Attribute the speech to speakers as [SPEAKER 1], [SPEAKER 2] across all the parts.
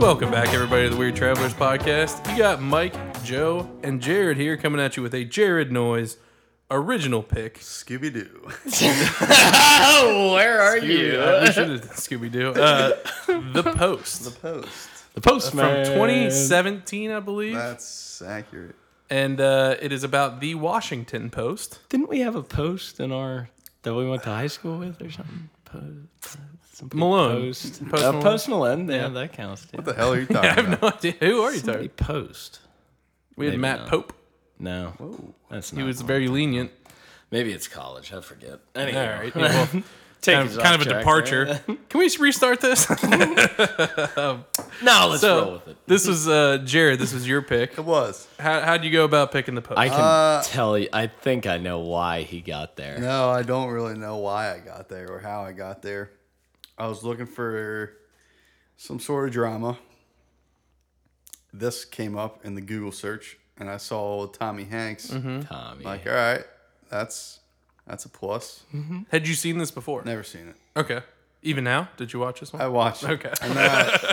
[SPEAKER 1] Welcome back, everybody, to the Weird Travelers Podcast. You got Mike, Joe, and Jared here coming at you with a Jared Noise original pick.
[SPEAKER 2] Scooby Doo.
[SPEAKER 3] Where
[SPEAKER 1] Uh,
[SPEAKER 3] are
[SPEAKER 1] we should have Scooby Doo. Uh, the Post.
[SPEAKER 2] Post.
[SPEAKER 3] The postman
[SPEAKER 1] From 2017, I believe.
[SPEAKER 2] That's accurate.
[SPEAKER 1] And uh, it is about the Washington Post.
[SPEAKER 3] Didn't we have a post in our that we went to high school with or something? Post. Some people
[SPEAKER 1] Malone.
[SPEAKER 3] Post.
[SPEAKER 1] Post
[SPEAKER 3] Uh,
[SPEAKER 1] Malone.
[SPEAKER 3] post Malone. Yeah, that counts. Too.
[SPEAKER 2] What the hell are you
[SPEAKER 1] I
[SPEAKER 2] talking
[SPEAKER 1] have
[SPEAKER 2] about?
[SPEAKER 1] no idea. Who are you
[SPEAKER 3] Somebody
[SPEAKER 1] talking
[SPEAKER 3] post.
[SPEAKER 1] We had
[SPEAKER 3] Maybe
[SPEAKER 1] Matt
[SPEAKER 3] not.
[SPEAKER 1] Pope.
[SPEAKER 3] No, that's not.
[SPEAKER 1] He was very lenient.
[SPEAKER 3] Maybe it's college. I forget. Anyway,
[SPEAKER 1] All right. yeah, well,
[SPEAKER 3] Taking
[SPEAKER 1] kind
[SPEAKER 3] us
[SPEAKER 1] of,
[SPEAKER 3] off
[SPEAKER 1] kind of a
[SPEAKER 3] track
[SPEAKER 1] departure.
[SPEAKER 3] there.
[SPEAKER 1] Can we restart this?
[SPEAKER 3] No, let's roll
[SPEAKER 1] so
[SPEAKER 3] with it.
[SPEAKER 1] this was uh, Jared. This was your pick.
[SPEAKER 2] It was.
[SPEAKER 1] How how'd you go about picking the post?
[SPEAKER 3] I can
[SPEAKER 2] Uh,
[SPEAKER 3] tell you. I think I know why he got there.
[SPEAKER 2] No, I don't really know why I got there or how I got there. I was looking for some sort of drama. This came up in the Google search, and I saw Tommy Hanks.
[SPEAKER 1] Mm-hmm.
[SPEAKER 3] Tommy.
[SPEAKER 2] Like, all right, that's that's a plus.
[SPEAKER 1] Had you seen this before?
[SPEAKER 2] Never seen it.
[SPEAKER 1] Okay. Even now, did you watch this
[SPEAKER 3] Uh,
[SPEAKER 1] one?
[SPEAKER 2] I watched it.
[SPEAKER 1] Okay.
[SPEAKER 2] And then I-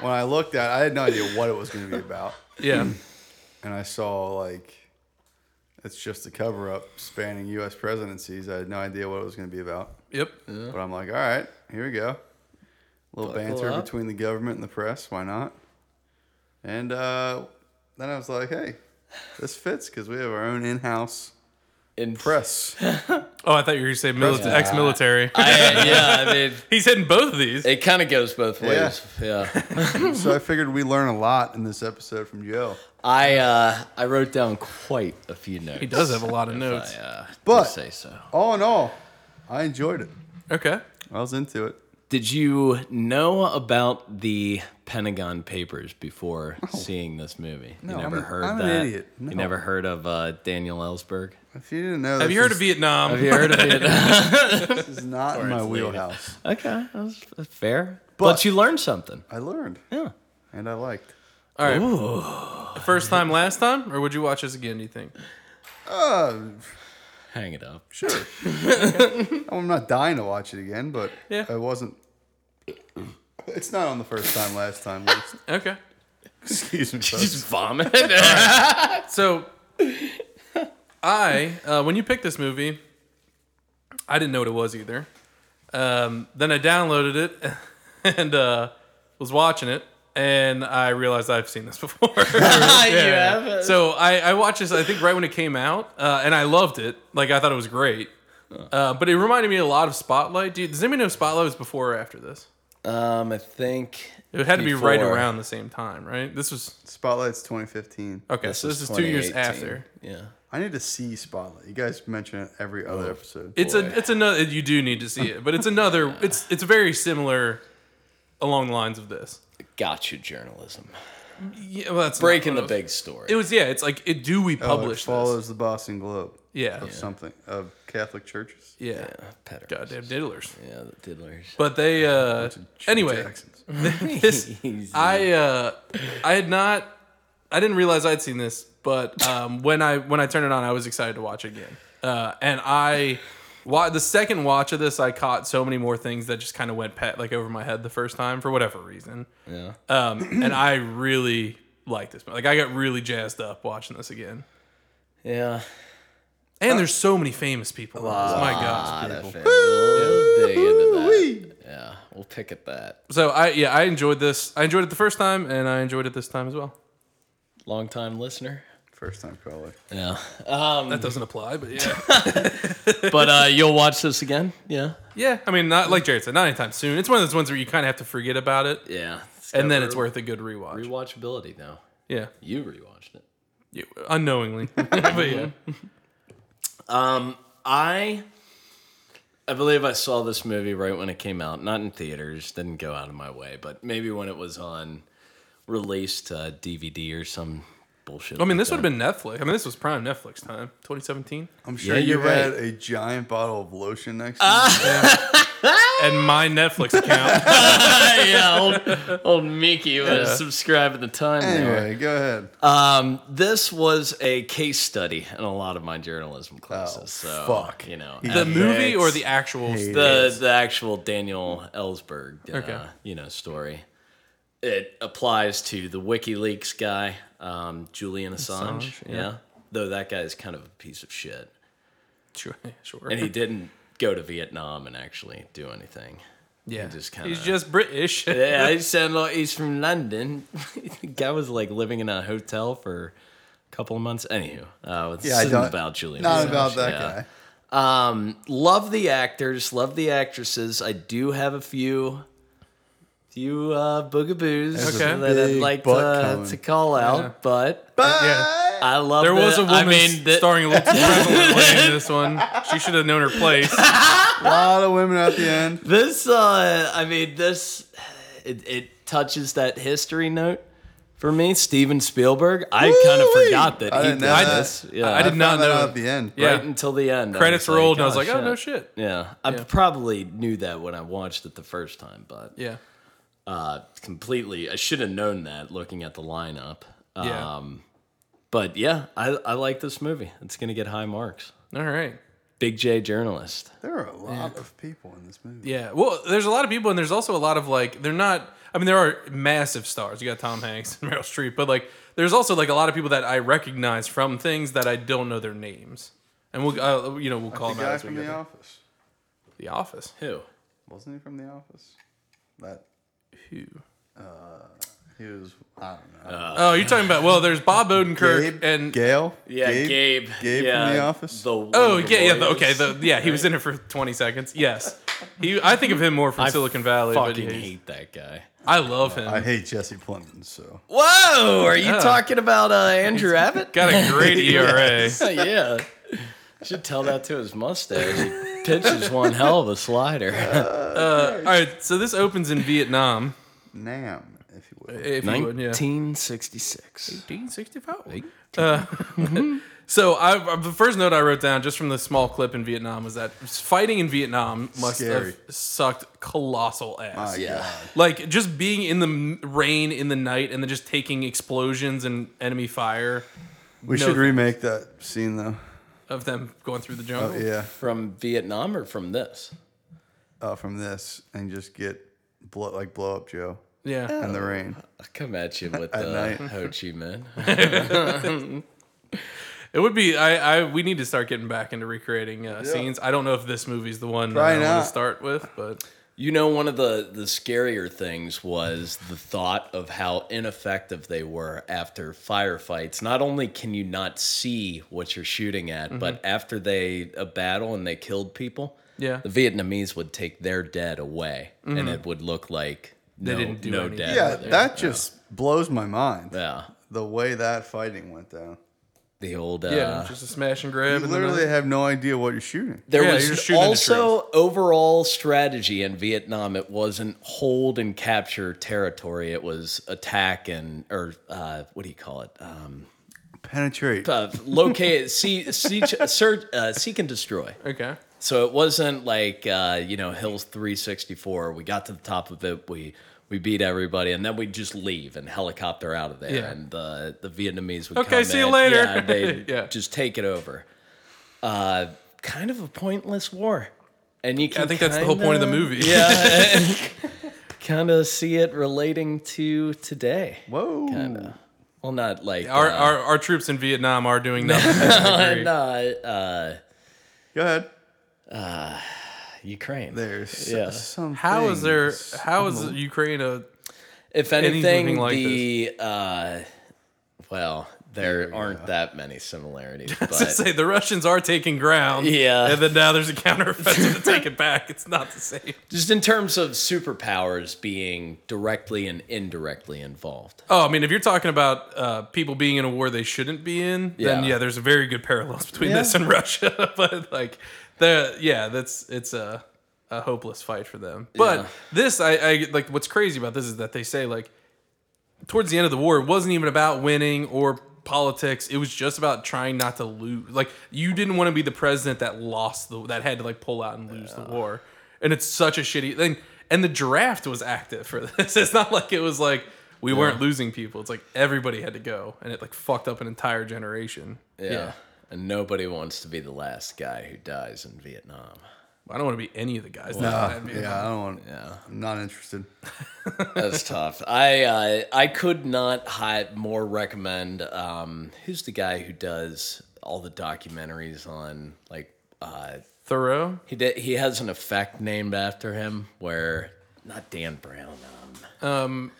[SPEAKER 2] when I looked at it, I had no idea what it was going to be about.
[SPEAKER 1] yeah.
[SPEAKER 2] and I saw like it's just a cover up spanning U.S. presidencies. I had no idea what it was going to be about,
[SPEAKER 1] yep.
[SPEAKER 2] but I'm like, all right, here we go. A little banter
[SPEAKER 3] up.
[SPEAKER 2] between the government and the press. Why not? And uh, then I was like, hey, this fits because we have our own in-house
[SPEAKER 3] In
[SPEAKER 2] press.
[SPEAKER 1] Oh, I thought you were going to say milita- ex-military.
[SPEAKER 3] I, yeah, I mean,
[SPEAKER 1] He's hitting both of these.
[SPEAKER 3] it kind of goes both ways. yeah.
[SPEAKER 2] so I figured we learn a lot in this episode from Joe.
[SPEAKER 3] I uh, I wrote down quite a few notes.
[SPEAKER 1] He does have a lot of
[SPEAKER 3] I,
[SPEAKER 1] notes.
[SPEAKER 3] uh,
[SPEAKER 2] But-
[SPEAKER 3] do say so.
[SPEAKER 2] All in all, I enjoyed it.
[SPEAKER 1] Okay.
[SPEAKER 2] I was into it.
[SPEAKER 3] Did you know about the Pentagon Papers before seeing this movie?
[SPEAKER 2] No,
[SPEAKER 3] you never
[SPEAKER 2] I'm a-
[SPEAKER 3] heard
[SPEAKER 2] I'm an
[SPEAKER 3] that.
[SPEAKER 2] idiot. No.
[SPEAKER 3] You never heard of uh, Daniel Ellsberg?
[SPEAKER 2] If you didn't know,
[SPEAKER 1] Have
[SPEAKER 2] this
[SPEAKER 1] you heard
[SPEAKER 2] is-
[SPEAKER 1] of Vietnam?
[SPEAKER 3] Have you heard of it?
[SPEAKER 2] This is not in my
[SPEAKER 3] it's later.
[SPEAKER 2] wheelhouse.
[SPEAKER 3] okay, that's that's fair. But,
[SPEAKER 2] But-
[SPEAKER 3] you learned something.
[SPEAKER 2] I learned
[SPEAKER 3] Yeah.
[SPEAKER 2] and I liked.
[SPEAKER 1] All right. First time, last time, or would you watch this again? Do you think? Ah,
[SPEAKER 2] Uh,
[SPEAKER 3] Hang it up.
[SPEAKER 2] Sure. I'm not dying to watch it again, but
[SPEAKER 1] Yeah.
[SPEAKER 2] I wasn't. It's not on the first time, last time. list.
[SPEAKER 1] Okay.
[SPEAKER 2] Excuse me. folks.
[SPEAKER 3] Just vomit.
[SPEAKER 1] So, I uh, when you picked this movie, I didn't know what it was either. Um, then I downloaded it and uh, was watching it, and I realized I've seen this before.
[SPEAKER 3] have?
[SPEAKER 1] So I, I watched this. I think right when it came out, uh, and I loved it. Like I thought it was great. Uh, but it reminded me a lot of Spotlight. Dude, does anybody know if Spotlight was before or after this?
[SPEAKER 3] Um, I think
[SPEAKER 1] It had to be right
[SPEAKER 3] before.
[SPEAKER 1] around the same time, right? This was
[SPEAKER 2] Spotlight's 2015.
[SPEAKER 1] okay. so this is two years
[SPEAKER 3] 2018.
[SPEAKER 1] after.
[SPEAKER 3] Yeah.
[SPEAKER 2] I need to see Spotlight. You guys mention it every other episode.
[SPEAKER 1] It's a
[SPEAKER 3] Boy.
[SPEAKER 1] it's another you do need to see it, but it's another it's it's very similar along the lines of this.
[SPEAKER 3] Gotcha journalism.
[SPEAKER 1] Yeah, well, that's not
[SPEAKER 3] Breaking
[SPEAKER 1] what
[SPEAKER 3] the
[SPEAKER 1] it was.
[SPEAKER 3] big story.
[SPEAKER 1] It was yeah. It's like it, do we
[SPEAKER 2] Oh, it
[SPEAKER 1] publish this?
[SPEAKER 2] follows the Boston Globe
[SPEAKER 1] Yeah,
[SPEAKER 2] of something of Catholic churches.
[SPEAKER 1] yeah.
[SPEAKER 3] Petters.
[SPEAKER 1] Goddamn diddlers.
[SPEAKER 3] Yeah, the diddlers.
[SPEAKER 1] But they uh anyway.
[SPEAKER 2] Jacksons.
[SPEAKER 1] This I uh I had not I didn't realize I'd seen this, but um when I when I turned it on, I was excited to watch it again. Uh, and I. Wa- the second watch of this, I caught so many more things that just kind of went pat like over my head the first time for whatever reason.
[SPEAKER 3] Yeah.
[SPEAKER 1] Um, and I really like this. Like I got really jazzed up watching this again.
[SPEAKER 3] Yeah.
[SPEAKER 1] And there's so many famous people. in this. My gosh.
[SPEAKER 3] We'll dig into that. Yeah, we'll pick at that.
[SPEAKER 1] So I yeah, I enjoyed this. I enjoyed it the first time and I enjoyed it this time as well.
[SPEAKER 3] Long time listener.
[SPEAKER 2] First time caller.
[SPEAKER 3] Yeah.
[SPEAKER 1] That doesn't apply, but yeah.
[SPEAKER 3] But uh, you'll watch this again? Yeah.
[SPEAKER 1] yeah. I mean not like Jared said, not anytime soon. It's one of those ones where you kinda have to forget about it.
[SPEAKER 3] Yeah.
[SPEAKER 1] And then it's worth a good rewatch.
[SPEAKER 3] rewatchability now.
[SPEAKER 1] Yeah.
[SPEAKER 3] You rewatched it.
[SPEAKER 1] You- unknowingly. but yeah.
[SPEAKER 3] Um, I I believe I saw this movie right when it came out, not in theaters, didn't go out of my way, but maybe when it was on released uh, DVD or some bullshit.
[SPEAKER 1] I mean this would have been Netflix. I mean this was prime Netflix time. Twenty seventeen.
[SPEAKER 2] I'm sure
[SPEAKER 3] Yeah,
[SPEAKER 2] you
[SPEAKER 3] you're right.
[SPEAKER 2] had a giant bottle of lotion next to
[SPEAKER 1] Ah.
[SPEAKER 2] you.
[SPEAKER 1] And my Netflix account.
[SPEAKER 3] yeah, uh, old, old Mickey was subscribed at the time. there.
[SPEAKER 2] Anyway, go ahead.
[SPEAKER 3] Um, this was a case study in a lot of my journalism classes. so
[SPEAKER 2] fuck.
[SPEAKER 3] you know
[SPEAKER 1] the
[SPEAKER 3] the
[SPEAKER 1] movie or the actual
[SPEAKER 3] the, the actual Daniel Ellsberg, uh,
[SPEAKER 1] Okay.
[SPEAKER 3] you know story. it applies to the WikiLeaks guy, um, Julian Assange.
[SPEAKER 1] Assange,
[SPEAKER 3] yeah. though that guy is kind of a piece of shit,
[SPEAKER 1] Sure, sure.
[SPEAKER 3] and he didn't go to Vietnam and actually do anything.
[SPEAKER 1] yeah,
[SPEAKER 3] just
[SPEAKER 1] he's
[SPEAKER 3] kinda-
[SPEAKER 1] just British.
[SPEAKER 3] Yeah, he sounded like he's from London. the guy was like living in a hotel for a couple of months. Anywho, uh, it's
[SPEAKER 2] Yeah, I don't-
[SPEAKER 3] about Julian.
[SPEAKER 2] Not
[SPEAKER 3] Assange,
[SPEAKER 2] about that
[SPEAKER 3] yeah.
[SPEAKER 2] guy.
[SPEAKER 3] Um, love the actors, love the actresses. I do have a few, few uh, boogaboos
[SPEAKER 1] Okay.
[SPEAKER 3] that I'd
[SPEAKER 2] Big
[SPEAKER 3] like
[SPEAKER 2] butt
[SPEAKER 3] to,
[SPEAKER 2] coming.
[SPEAKER 3] to call out, but
[SPEAKER 1] Yeah.
[SPEAKER 3] I love.
[SPEAKER 1] There was
[SPEAKER 3] the-
[SPEAKER 1] a woman
[SPEAKER 3] I mean, the-
[SPEAKER 1] starring Lutz Presley in this one. She should have known her place.
[SPEAKER 2] A lot of women at the end.
[SPEAKER 3] this. Uh, I mean, this. It, it touches that history note for me. Steven Spielberg. I kind of
[SPEAKER 2] Woo-wee.
[SPEAKER 3] forgot that
[SPEAKER 2] I
[SPEAKER 3] he
[SPEAKER 2] didn't
[SPEAKER 3] did
[SPEAKER 2] know that.
[SPEAKER 3] this. Yeah,
[SPEAKER 1] I did
[SPEAKER 2] I
[SPEAKER 1] not
[SPEAKER 2] found that
[SPEAKER 1] know.
[SPEAKER 2] out at the end.
[SPEAKER 1] Yeah.
[SPEAKER 3] right until the end. I
[SPEAKER 1] Credits
[SPEAKER 3] was
[SPEAKER 1] rolled, and I was like, oh no
[SPEAKER 3] shit."
[SPEAKER 1] shit.
[SPEAKER 3] Yeah, I probably knew that when I watched it the first time, but
[SPEAKER 1] Yeah,
[SPEAKER 3] uh, completely. I should have known that looking at the lineup.
[SPEAKER 1] Yeah.
[SPEAKER 3] Um, but yeah, I, I like this movie. It's going to get high marks.
[SPEAKER 1] all right.
[SPEAKER 3] Big J journalist.
[SPEAKER 2] There are a lot of people in this movie.
[SPEAKER 1] Yeah. Well, there's a lot of people, and there's also a lot of like they're not. I mean, there are massive stars. You got Tom Hanks and Meryl Streep, but like there's also like a lot of people that I recognize from things that I don't know their names, and we'll uh, you know we'll call
[SPEAKER 2] The
[SPEAKER 1] them out
[SPEAKER 2] guy
[SPEAKER 1] as we
[SPEAKER 2] from
[SPEAKER 1] go.
[SPEAKER 2] The
[SPEAKER 1] through.
[SPEAKER 2] Office.
[SPEAKER 1] The Office.
[SPEAKER 3] Who?
[SPEAKER 2] Wasn't he from The Office? That uh,
[SPEAKER 1] Who?
[SPEAKER 2] he was. I don't know.
[SPEAKER 1] Oh, you're talking about well, there's Bob Odenkirk
[SPEAKER 2] Gabe
[SPEAKER 1] and
[SPEAKER 2] Gail.
[SPEAKER 3] Yeah, Gabe.
[SPEAKER 2] Gabe
[SPEAKER 3] yeah,
[SPEAKER 2] from The Office.
[SPEAKER 3] The
[SPEAKER 1] oh
[SPEAKER 3] Wonder
[SPEAKER 1] yeah yeah the,
[SPEAKER 3] Warriors.
[SPEAKER 1] okay the, yeah he was in it for 20 seconds. Yes, he I think of him more from
[SPEAKER 3] I
[SPEAKER 1] Silicon Valley. But
[SPEAKER 3] Fucking
[SPEAKER 1] he's-
[SPEAKER 3] hate that guy.
[SPEAKER 1] I love him.
[SPEAKER 2] I hate Jesse Plemons, so
[SPEAKER 3] Whoa, are you
[SPEAKER 1] Yeah.
[SPEAKER 3] talking about uh, Andrew Abbott?
[SPEAKER 1] got a great ERA.
[SPEAKER 3] yeah. Should tell that to his mustache. He pitches one hell of a slider.
[SPEAKER 1] All right, so this opens in Vietnam.
[SPEAKER 2] Nam, if you will.
[SPEAKER 1] If you would, yeah.
[SPEAKER 3] 1966.
[SPEAKER 1] 1865. Uh, so I, the first note I wrote down just from the small clip in Vietnam was that fighting in Vietnam must
[SPEAKER 2] Scary. Ah,
[SPEAKER 1] have sucked colossal ass.
[SPEAKER 2] My
[SPEAKER 3] Yeah.
[SPEAKER 2] God.
[SPEAKER 1] like just being in the m- rain in the night and then just taking explosions and enemy fire
[SPEAKER 2] We
[SPEAKER 1] No
[SPEAKER 2] should
[SPEAKER 1] thanks.
[SPEAKER 2] remake that scene though.
[SPEAKER 1] of them going through the jungle.
[SPEAKER 2] Oh, yeah,
[SPEAKER 3] From Vietnam or from this?
[SPEAKER 2] uh, from this and just get blow like blow up Joe
[SPEAKER 1] yeah.
[SPEAKER 2] in the rain.
[SPEAKER 3] I come at you with
[SPEAKER 2] At
[SPEAKER 3] the
[SPEAKER 2] night.
[SPEAKER 3] Ho Chi Minh.
[SPEAKER 1] It would be. I, I. We need to start getting back into recreating uh, scenes. I don't know if this movie's the one that I
[SPEAKER 2] Probably
[SPEAKER 1] want
[SPEAKER 2] not.
[SPEAKER 1] to start with, but
[SPEAKER 3] You know, one of the the scarier things was the thought of how ineffective they were after firefights. Not only can you not see what you're shooting at, but after they a battle and they killed people,
[SPEAKER 1] yeah.
[SPEAKER 3] the Vietnamese would take their dead away, and it would look like no,
[SPEAKER 1] Mm-hmm. didn't do
[SPEAKER 3] no
[SPEAKER 1] anything.
[SPEAKER 3] dead.
[SPEAKER 2] Yeah,
[SPEAKER 3] were there.
[SPEAKER 2] that just blows my mind.
[SPEAKER 3] yeah.
[SPEAKER 2] The way that fighting went down.
[SPEAKER 3] The old uh,
[SPEAKER 1] yeah, just a smash and grab.
[SPEAKER 2] You
[SPEAKER 1] and then a-
[SPEAKER 2] literally have no idea what you're shooting.
[SPEAKER 3] There
[SPEAKER 1] Yeah, you're
[SPEAKER 3] was
[SPEAKER 1] shooting the
[SPEAKER 3] also overall strategy in Vietnam. It wasn't hold and capture territory. It was attack and or uh, what do you call it? Um,
[SPEAKER 2] Penetrate.
[SPEAKER 3] uh, locate, see, see, search, uh, seek and destroy.
[SPEAKER 1] okay.
[SPEAKER 3] So it wasn't like uh, you know Hills 364. We got to the top of it. We we beat everybody, and then we just leave and helicopter out of there.
[SPEAKER 1] Yeah.
[SPEAKER 3] And the the Vietnamese would
[SPEAKER 1] Okay,
[SPEAKER 3] come
[SPEAKER 1] see you
[SPEAKER 3] in.
[SPEAKER 1] later.
[SPEAKER 3] Yeah, they
[SPEAKER 1] Yeah.
[SPEAKER 3] just take it over. Uh, kind of a pointless war, and you can.
[SPEAKER 1] I think that's the whole point of the
[SPEAKER 3] kinda-
[SPEAKER 1] movie.
[SPEAKER 3] Yeah, kind of see it relating to today.
[SPEAKER 2] Whoa.
[SPEAKER 3] Kinda. Well, not like
[SPEAKER 1] Our,
[SPEAKER 3] uh,
[SPEAKER 1] our, our troops in Vietnam are doing nothing. I agree.
[SPEAKER 3] no, uh,
[SPEAKER 2] Go ahead.
[SPEAKER 3] Ukraine.
[SPEAKER 2] There's
[SPEAKER 3] Yeah.
[SPEAKER 2] yeah. some.
[SPEAKER 1] How is there?
[SPEAKER 2] things-
[SPEAKER 1] How is Ukraine a?
[SPEAKER 3] if
[SPEAKER 1] anything
[SPEAKER 3] anything,
[SPEAKER 1] like
[SPEAKER 3] the uh, well, there aren't that many similarities,
[SPEAKER 1] To
[SPEAKER 3] but
[SPEAKER 1] say the Russians are taking ground.
[SPEAKER 3] Yeah.
[SPEAKER 1] and then now there's a counteroffensive to take it back. It's not the same.
[SPEAKER 3] just in terms of superpowers being directly and indirectly involved,
[SPEAKER 1] Oh, I mean, if you're talking about uh, people being in a war they shouldn't be in, then
[SPEAKER 3] Yeah.
[SPEAKER 1] yeah, there's very good parallels between this and Russia. but like, the yeah, that's it's a a hopeless fight for them. But
[SPEAKER 3] Yeah.
[SPEAKER 1] this, I, I like. What's crazy about this is that they say like towards the end of the war, it wasn't even about winning or politics. It was just about trying not to lose. Like you didn't want to be the president that lost the that had to like pull out and lose the war. And it's such a shitty thing. And the draft was active for this. It's not like it was like we weren't losing people. It's like everybody had to go, and it like fucked up an entire generation.
[SPEAKER 3] yeah. And nobody wants to be the last guy who dies in Vietnam.
[SPEAKER 1] I don't want to be any of the guys.
[SPEAKER 2] Uh,
[SPEAKER 1] that I mean,
[SPEAKER 2] yeah, I don't want.
[SPEAKER 3] Yeah.
[SPEAKER 2] I'm not interested.
[SPEAKER 3] That's tough. I uh, I could not hi- more recommend. Um, who's the guy who does all the documentaries on like uh,
[SPEAKER 1] Thoreau.
[SPEAKER 3] he did, he has an effect named after him where not Dan Brown. Um,
[SPEAKER 1] Um,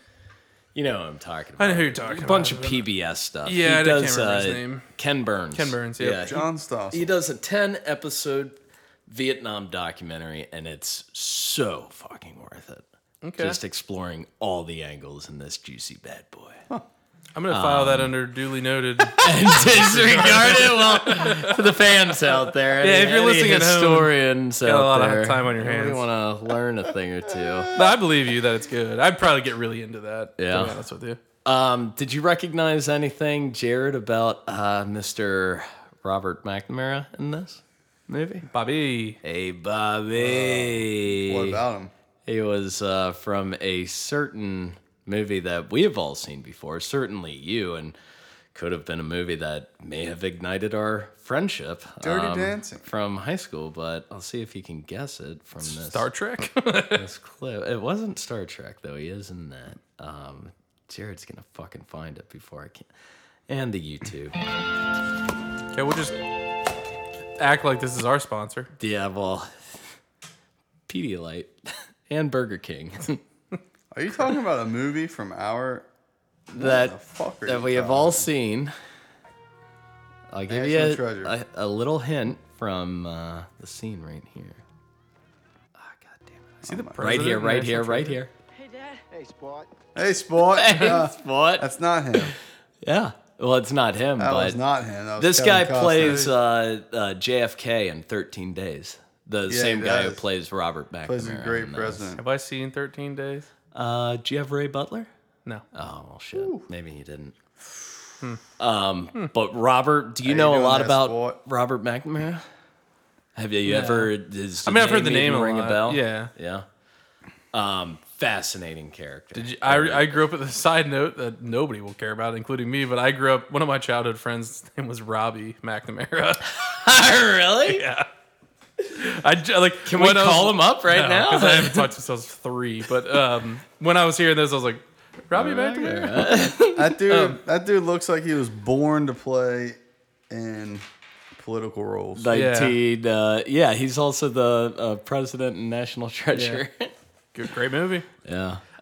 [SPEAKER 3] you know what I'm talking
[SPEAKER 1] I
[SPEAKER 3] about.
[SPEAKER 1] know who you're talking
[SPEAKER 3] A bunch
[SPEAKER 1] about.
[SPEAKER 3] of PBS stuff.
[SPEAKER 1] Yeah, I
[SPEAKER 3] he
[SPEAKER 1] can't
[SPEAKER 3] does,
[SPEAKER 1] remember his
[SPEAKER 3] uh,
[SPEAKER 1] name.
[SPEAKER 3] Ken Burns.
[SPEAKER 1] Ken Burns, yep.
[SPEAKER 3] Yeah, he-
[SPEAKER 2] John Stoss.
[SPEAKER 3] he does a 10 episode Vietnam documentary and it's so fucking worth it.
[SPEAKER 1] Okay.
[SPEAKER 3] Just exploring all the angles in this juicy bad boy.
[SPEAKER 1] I'm gonna file
[SPEAKER 3] Um.
[SPEAKER 1] that under duly noted.
[SPEAKER 3] And disregard it well to the fans out there.
[SPEAKER 1] Yeah, if you're listening at home,
[SPEAKER 3] historians
[SPEAKER 1] got a
[SPEAKER 3] out
[SPEAKER 1] lot of
[SPEAKER 3] there,
[SPEAKER 1] time on your hands.
[SPEAKER 3] You want to learn a thing or two.
[SPEAKER 1] but I believe you that it's good. I'd probably get really into that.
[SPEAKER 3] Yeah.
[SPEAKER 1] to be honest with you.
[SPEAKER 3] Um, did you recognize anything, Jared, about uh, Mr. Robert McNamara in this movie?
[SPEAKER 1] Bobby.
[SPEAKER 3] Hey, Bobby.
[SPEAKER 2] What about him?
[SPEAKER 3] He was uh, from a certain movie that we have all seen before, certainly you, and could have been a movie that may have ignited our friendship. um,
[SPEAKER 2] Dirty Dancing.
[SPEAKER 3] From high school, but I'll see if you can guess it from this,
[SPEAKER 1] Star Trek.
[SPEAKER 3] this clip. It wasn't Star Trek, though. He is in that. Um, Jared's going to fucking find it before I can. And the YouTube.
[SPEAKER 1] okay, we'll just act like this is our sponsor.
[SPEAKER 3] Yeah, uh, well, Pedialyte and Burger King.
[SPEAKER 2] Are you talking about a movie from our?
[SPEAKER 3] that
[SPEAKER 2] fuck are
[SPEAKER 3] that
[SPEAKER 2] you
[SPEAKER 3] we have
[SPEAKER 2] talking
[SPEAKER 3] all
[SPEAKER 2] about?
[SPEAKER 3] seen. I'll give
[SPEAKER 2] National
[SPEAKER 3] you
[SPEAKER 2] treasure.
[SPEAKER 3] a, a, a little hint from uh, the scene right here. Ah, God damn it.
[SPEAKER 2] oh
[SPEAKER 1] See the
[SPEAKER 3] Right
[SPEAKER 1] president
[SPEAKER 3] here,
[SPEAKER 1] of
[SPEAKER 3] right
[SPEAKER 1] National
[SPEAKER 3] here,
[SPEAKER 1] Treasure?
[SPEAKER 3] right here.
[SPEAKER 4] Hey, Dad.
[SPEAKER 5] Hey, sport.
[SPEAKER 2] Hey, sport. Uh,
[SPEAKER 3] what?
[SPEAKER 2] that's not him.
[SPEAKER 3] yeah. Well, it's not him,
[SPEAKER 2] That
[SPEAKER 3] but
[SPEAKER 2] was not him. That was
[SPEAKER 3] this guy
[SPEAKER 2] Kevin Costner.
[SPEAKER 3] plays uh, uh, JFK in 13 Days. The
[SPEAKER 2] he
[SPEAKER 3] same guy who
[SPEAKER 2] does.
[SPEAKER 3] plays Robert McNamara.
[SPEAKER 2] Plays a great
[SPEAKER 3] in this.
[SPEAKER 2] president.
[SPEAKER 1] Have I seen 13 Days? Uh,
[SPEAKER 3] Uh, do you have Ray Butler?
[SPEAKER 1] No.
[SPEAKER 3] Oh well, shit. Maybe he didn't. Um, but Robert, do you know a
[SPEAKER 2] doing
[SPEAKER 3] lot
[SPEAKER 2] there,
[SPEAKER 3] about
[SPEAKER 2] sport?
[SPEAKER 3] Robert McNamara? Have you ever? Is,
[SPEAKER 1] I mean, I've heard the name a
[SPEAKER 3] ring a
[SPEAKER 1] lot.
[SPEAKER 3] bell.
[SPEAKER 1] Yeah.
[SPEAKER 3] yeah. Um, fascinating character.
[SPEAKER 1] Did you, I, I grew up with a side note that nobody will care about, including me, but I grew up, one of my childhood friends' name was Robbie McNamara.
[SPEAKER 3] really?
[SPEAKER 1] I j- like,
[SPEAKER 3] Can we call him up right now?
[SPEAKER 1] Because I haven't talked to him since three. But um, when I was hearing this, I was like, Robbie
[SPEAKER 3] Oh,
[SPEAKER 1] McNamara?
[SPEAKER 2] That dude. that dude looks like he was born to play in political roles.
[SPEAKER 3] Nineteen. Yeah. Uh, yeah, he's also the uh, president and national treasurer. Yeah.
[SPEAKER 1] Good, great movie.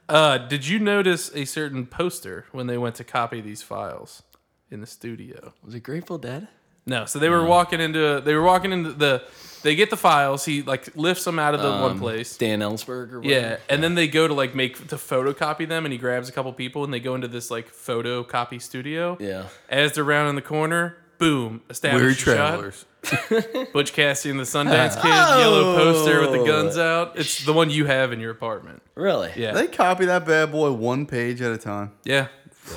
[SPEAKER 1] Uh, did you notice a certain poster when they went to copy these files in the studio?
[SPEAKER 3] Was it Grateful Dead?
[SPEAKER 1] No, so they were walking into they were walking into the they get the files. He like lifts them out of the one place.
[SPEAKER 3] Dan Ellsberg or whatever?
[SPEAKER 1] Um, Yeah, and then they go to like make to photocopy them, and he grabs a couple people, and they go into this like photocopy studio.
[SPEAKER 3] Yeah.
[SPEAKER 1] As they're round in the corner, boom, established Weird shot. Butch Cassidy and the Sundance Kid, yellow poster with the guns out. It's the one you have in your apartment.
[SPEAKER 3] Really?
[SPEAKER 1] Yeah,
[SPEAKER 2] They copy that bad boy one page at a time.
[SPEAKER 1] yeah.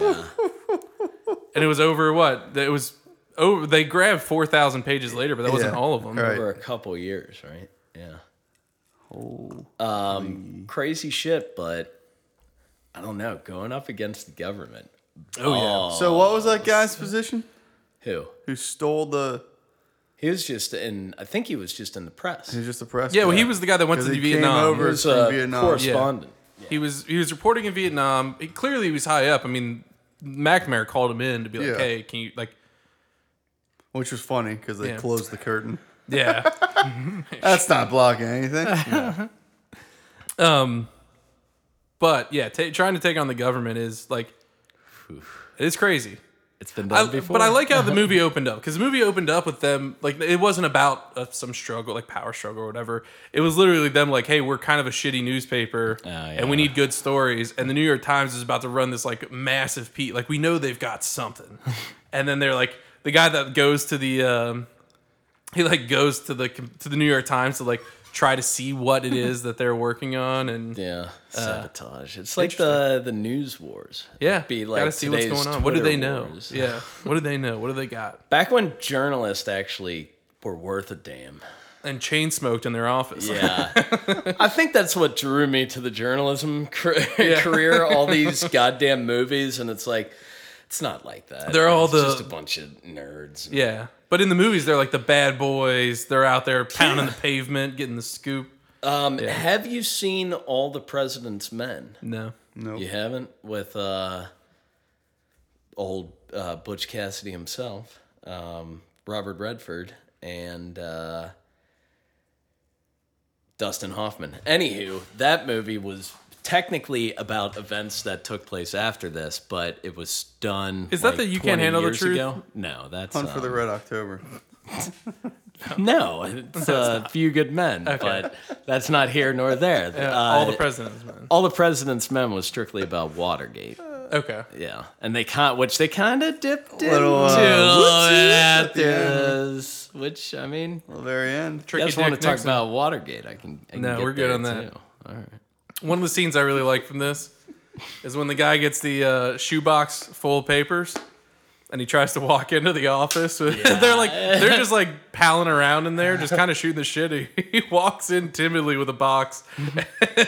[SPEAKER 1] and it was over what? It was over. They grabbed four thousand pages later, but that wasn't
[SPEAKER 2] Yeah.
[SPEAKER 1] all of them.
[SPEAKER 2] All right.
[SPEAKER 3] for a couple years, right? Yeah. Um, crazy shit, but I don't know. Going up against the government.
[SPEAKER 1] Oh yeah.
[SPEAKER 2] So what was that guy's position?
[SPEAKER 3] Who?
[SPEAKER 2] Who stole the?
[SPEAKER 3] He was just in. I think he was just in the press.
[SPEAKER 2] He was just a press.
[SPEAKER 1] Yeah, well,
[SPEAKER 2] guy.
[SPEAKER 1] he was the guy that went
[SPEAKER 2] 'Cause
[SPEAKER 1] to
[SPEAKER 2] he
[SPEAKER 1] Vietnam.
[SPEAKER 2] Came over
[SPEAKER 3] He was uh,
[SPEAKER 2] from
[SPEAKER 3] a
[SPEAKER 2] Vietnam.
[SPEAKER 3] correspondent.
[SPEAKER 1] He was he was reporting in Vietnam. He, clearly, he was high up. I mean, McNamara called him in to be like,
[SPEAKER 2] Yeah.
[SPEAKER 1] "Hey, can you like?"
[SPEAKER 2] Which was funny because they
[SPEAKER 1] Yeah.
[SPEAKER 2] closed the curtain.
[SPEAKER 1] Yeah.
[SPEAKER 2] That's not blocking anything.
[SPEAKER 1] um, but yeah, ta trying to take on the government is like, it is crazy.
[SPEAKER 3] It's been
[SPEAKER 1] I,
[SPEAKER 3] done before.
[SPEAKER 1] but I like how the movie opened up because the movie opened up with them like it wasn't about uh, some struggle like power struggle or whatever. It was literally them like, hey, we're kind of a shitty newspaper and we
[SPEAKER 3] Oh, yeah.
[SPEAKER 1] need good stories. And the New York Times is about to run this like massive Pete. Like we know they've got something. and then they're like the guy that goes to the um, he like goes to the com- to the New York Times to like try to see what it is that they're working on and
[SPEAKER 3] Yeah, Uh, sabotage. It's like the the news wars.
[SPEAKER 1] yeah,
[SPEAKER 3] It'd be like
[SPEAKER 1] gotta see what's
[SPEAKER 3] today's
[SPEAKER 1] going on. What do
[SPEAKER 3] Twitter
[SPEAKER 1] they know?
[SPEAKER 3] wars.
[SPEAKER 1] Yeah, what do they know? What do they got?
[SPEAKER 3] Back when journalists actually were worth a damn.
[SPEAKER 1] And chain smoked in their office.
[SPEAKER 3] Yeah. I think that's what drew me to the journalism car- career, all these goddamn movies. And it's like, It's not like that.
[SPEAKER 1] They're all
[SPEAKER 3] It's
[SPEAKER 1] the-
[SPEAKER 3] just a bunch of nerds.
[SPEAKER 1] Yeah. But in the movies, they're like the bad boys. They're out there pounding the pavement, getting the scoop.
[SPEAKER 3] Um, Have you seen All the President's Men?
[SPEAKER 1] No.
[SPEAKER 2] Nope.
[SPEAKER 3] You haven't with uh, old uh, Butch Cassidy himself, um, Robert Redford, and uh, Dustin Hoffman. Anywho, that movie was technically about events that took place after this, but it was done.
[SPEAKER 1] Is that
[SPEAKER 3] like
[SPEAKER 1] the You Can't
[SPEAKER 3] 20
[SPEAKER 1] Handle the
[SPEAKER 3] years
[SPEAKER 1] Truth?
[SPEAKER 3] ago. No, that's
[SPEAKER 2] Hunt for the
[SPEAKER 3] um,
[SPEAKER 2] Red October.
[SPEAKER 3] no. It's a few good men, but that's not here nor there.
[SPEAKER 1] Yeah,
[SPEAKER 3] Uh,
[SPEAKER 1] all the presidents, man.
[SPEAKER 3] all the president's men was strictly about Watergate.
[SPEAKER 1] Okay.
[SPEAKER 3] Yeah, and they kind which they kind of dipped
[SPEAKER 2] Little, uh,
[SPEAKER 3] into
[SPEAKER 2] whoopsies
[SPEAKER 3] at
[SPEAKER 2] at the end.
[SPEAKER 3] this, which I mean,
[SPEAKER 2] Well, very end.
[SPEAKER 1] Tricky
[SPEAKER 3] you guys want to
[SPEAKER 1] Dick
[SPEAKER 3] talk
[SPEAKER 1] Nixon.
[SPEAKER 3] about Watergate? I can. I can
[SPEAKER 1] No,
[SPEAKER 3] get
[SPEAKER 1] we're good
[SPEAKER 3] there,
[SPEAKER 1] on that.
[SPEAKER 3] too. All right.
[SPEAKER 1] One of the scenes I really like from this is when the guy gets the uh, shoebox full of papers and he tries to walk into the office. they're like, they're just like palling around in there, just kind of shooting the shit. He, he walks in timidly with a box.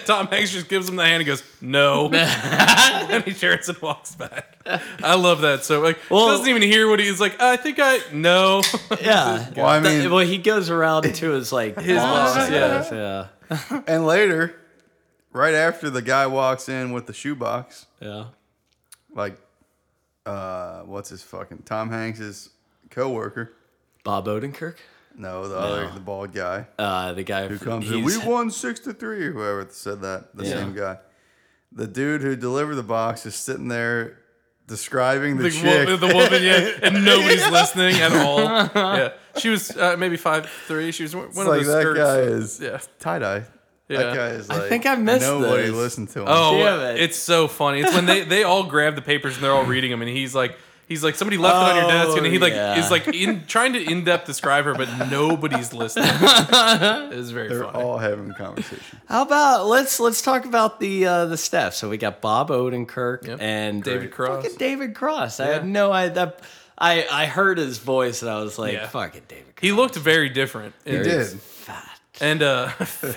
[SPEAKER 1] Tom Hanks just gives him the hand and goes, no. and he turns and walks back. I love that. So, like,
[SPEAKER 3] Well-
[SPEAKER 1] doesn't even hear what he's like, I think I, no.
[SPEAKER 3] Yeah.
[SPEAKER 2] Well, I mean-
[SPEAKER 3] well, he goes around to his like his
[SPEAKER 1] boss,
[SPEAKER 3] Yeah, yeah,
[SPEAKER 2] And later, right after the guy walks in with the shoebox,
[SPEAKER 3] yeah.
[SPEAKER 2] like, uh, what's his fucking Tom Hanks's coworker?
[SPEAKER 3] Bob Odenkirk,
[SPEAKER 2] No, the other, the bald guy
[SPEAKER 3] uh, the guy
[SPEAKER 2] who comes in. We won six to three. Whoever said that, the
[SPEAKER 3] Yeah.
[SPEAKER 2] same guy. The dude who delivered the box is sitting there describing the,
[SPEAKER 1] the,
[SPEAKER 2] chick.
[SPEAKER 1] wo- the woman, yeah, and nobody's listening at all. Yeah, she was uh, maybe five three. She was one
[SPEAKER 2] It's
[SPEAKER 1] of
[SPEAKER 2] like
[SPEAKER 1] those
[SPEAKER 2] that
[SPEAKER 1] skirts.
[SPEAKER 2] guy is
[SPEAKER 1] Yeah.
[SPEAKER 2] tie dye.
[SPEAKER 1] Yeah.
[SPEAKER 2] That guy is.
[SPEAKER 3] I
[SPEAKER 2] Like,
[SPEAKER 3] think I missed
[SPEAKER 2] Nobody
[SPEAKER 3] this.
[SPEAKER 2] listened to him.
[SPEAKER 1] Oh,
[SPEAKER 3] Damn it.
[SPEAKER 1] it's so funny. It's when they they all grab the papers and they're all reading them, and he's like. He's like somebody left it on your desk,
[SPEAKER 3] Oh,
[SPEAKER 1] and he like
[SPEAKER 3] yeah.
[SPEAKER 1] is like in trying to in depth describe her, but nobody's listening. It's very
[SPEAKER 2] they're
[SPEAKER 1] funny.
[SPEAKER 2] all having a conversation.
[SPEAKER 3] How about let's let's talk about the uh, the staff. So we got Bob Odenkirk
[SPEAKER 1] Yep.
[SPEAKER 3] and
[SPEAKER 1] David Cross.
[SPEAKER 3] Fucking David Cross. I had no idea. I I heard his voice and I was like,
[SPEAKER 1] Yeah.
[SPEAKER 3] "Fucking David." Cross.
[SPEAKER 1] he looked very different.
[SPEAKER 2] He did.
[SPEAKER 1] And uh, they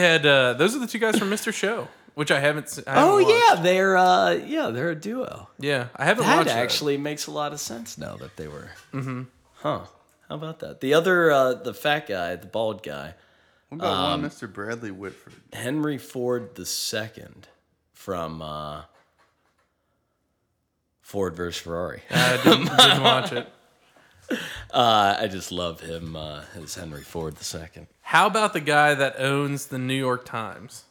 [SPEAKER 1] had uh, those are the two guys from Mr. Show, which I haven't. se- I haven't
[SPEAKER 3] Oh
[SPEAKER 1] watched.
[SPEAKER 3] yeah, they're uh, yeah they're a duo.
[SPEAKER 1] yeah. I haven't
[SPEAKER 3] That
[SPEAKER 1] watched
[SPEAKER 3] actually makes a lot of sense now that they were. Mm-hmm. Huh? How about that? The other uh, the fat guy, the bald guy,
[SPEAKER 2] What about
[SPEAKER 1] Um,
[SPEAKER 2] one Mr. Bradley Whitford?
[SPEAKER 3] Henry Ford the second from uh, Ford versus Ferrari.
[SPEAKER 1] I didn't, didn't watch it.
[SPEAKER 3] Uh, I just love him uh, as Henry Ford II.
[SPEAKER 1] How about the guy that owns the New York Times?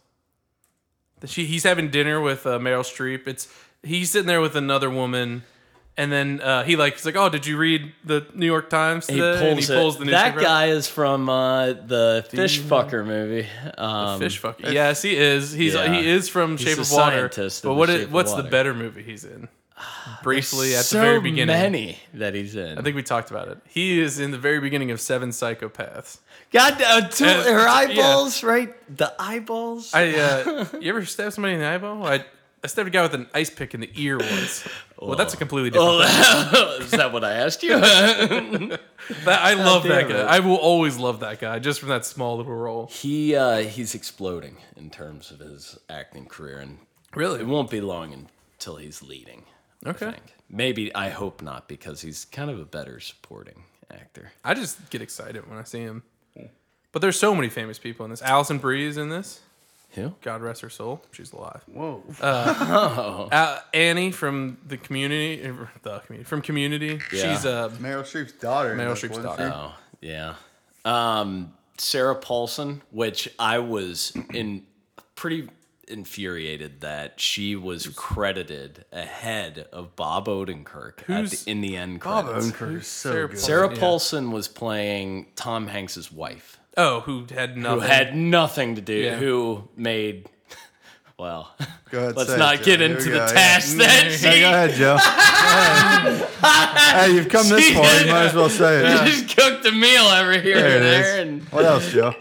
[SPEAKER 1] The- She, he's having dinner with uh, Meryl Streep. It's he's sitting there with another woman, and then uh, he like he's like, "Oh, did you read the New York Times?"
[SPEAKER 3] He
[SPEAKER 1] today?"
[SPEAKER 3] pulls,
[SPEAKER 1] and
[SPEAKER 3] it.
[SPEAKER 1] the
[SPEAKER 3] That
[SPEAKER 1] newspaper out.
[SPEAKER 3] guy is from uh, the Fish Fucker movie. Um,
[SPEAKER 1] Fish fucking yes, he is. He's
[SPEAKER 3] Yeah.
[SPEAKER 1] he is from Shape
[SPEAKER 3] the
[SPEAKER 1] of Water.
[SPEAKER 3] scientist in
[SPEAKER 1] But
[SPEAKER 3] The
[SPEAKER 1] what
[SPEAKER 3] Shape
[SPEAKER 1] it,
[SPEAKER 3] of
[SPEAKER 1] what's the
[SPEAKER 3] Water.
[SPEAKER 1] better movie he's in? Briefly at
[SPEAKER 3] so
[SPEAKER 1] the very beginning,
[SPEAKER 3] many that he's in.
[SPEAKER 1] I think we talked about it. He is in the very beginning of Seven Psychopaths.
[SPEAKER 3] God, uh, two,
[SPEAKER 1] Uh,
[SPEAKER 3] her
[SPEAKER 1] yeah.
[SPEAKER 3] eyeballs, right? The eyeballs.
[SPEAKER 1] I uh, you ever stab somebody in the eyeball? I I stabbed a guy with an ice pick in the ear once. Well, that's a completely different.
[SPEAKER 3] Oh, is that what I asked you?
[SPEAKER 1] That, I love that
[SPEAKER 3] Oh, damn
[SPEAKER 1] guy.
[SPEAKER 3] it.
[SPEAKER 1] I will always love that guy just from that small little role.
[SPEAKER 3] he uh, he's exploding in terms of his acting career, and it
[SPEAKER 1] Really?
[SPEAKER 3] won't be long until he's leading. I
[SPEAKER 1] Okay.
[SPEAKER 3] think. Maybe I hope not because he's kind of a better supporting actor.
[SPEAKER 1] I just get excited when I see him. But there's so many famous people in this. Allison Brie is in this.
[SPEAKER 3] Who?
[SPEAKER 1] God rest her soul. She's alive.
[SPEAKER 2] Whoa.
[SPEAKER 1] Uh, Annie from the community, er, the community from Community.
[SPEAKER 3] Yeah.
[SPEAKER 1] She's uh,
[SPEAKER 2] Meryl Streep's daughter.
[SPEAKER 1] Meryl
[SPEAKER 2] That's
[SPEAKER 1] Streep's
[SPEAKER 2] one
[SPEAKER 1] daughter.
[SPEAKER 2] thing.
[SPEAKER 3] Oh, yeah. Um, Sarah Paulson, which I was in pretty infuriated that she was credited ahead of Bob Odenkirk at
[SPEAKER 1] Who's-
[SPEAKER 3] the, in the end
[SPEAKER 2] Bob
[SPEAKER 3] credits.
[SPEAKER 2] Odenkirk is so
[SPEAKER 1] Sarah
[SPEAKER 2] good.
[SPEAKER 1] Paulson?
[SPEAKER 3] Sarah
[SPEAKER 1] Yeah.
[SPEAKER 3] Paulson was playing Tom Hanks's wife,
[SPEAKER 1] oh, who had nothing.
[SPEAKER 3] who had nothing to do,
[SPEAKER 1] Yeah.
[SPEAKER 3] who made. Well,
[SPEAKER 2] Go ahead,
[SPEAKER 3] let's
[SPEAKER 2] say it,
[SPEAKER 3] not
[SPEAKER 2] Joe.
[SPEAKER 3] get
[SPEAKER 2] Here
[SPEAKER 3] into
[SPEAKER 2] we
[SPEAKER 3] the
[SPEAKER 2] go, yeah.
[SPEAKER 3] task that she
[SPEAKER 2] Hey, go ahead, Joe. Go ahead. hey, you've come this far. You might as well say it.
[SPEAKER 3] just cooked a meal over here
[SPEAKER 2] There
[SPEAKER 3] and
[SPEAKER 2] it
[SPEAKER 3] there,
[SPEAKER 2] is.
[SPEAKER 3] and
[SPEAKER 2] What else, Joe?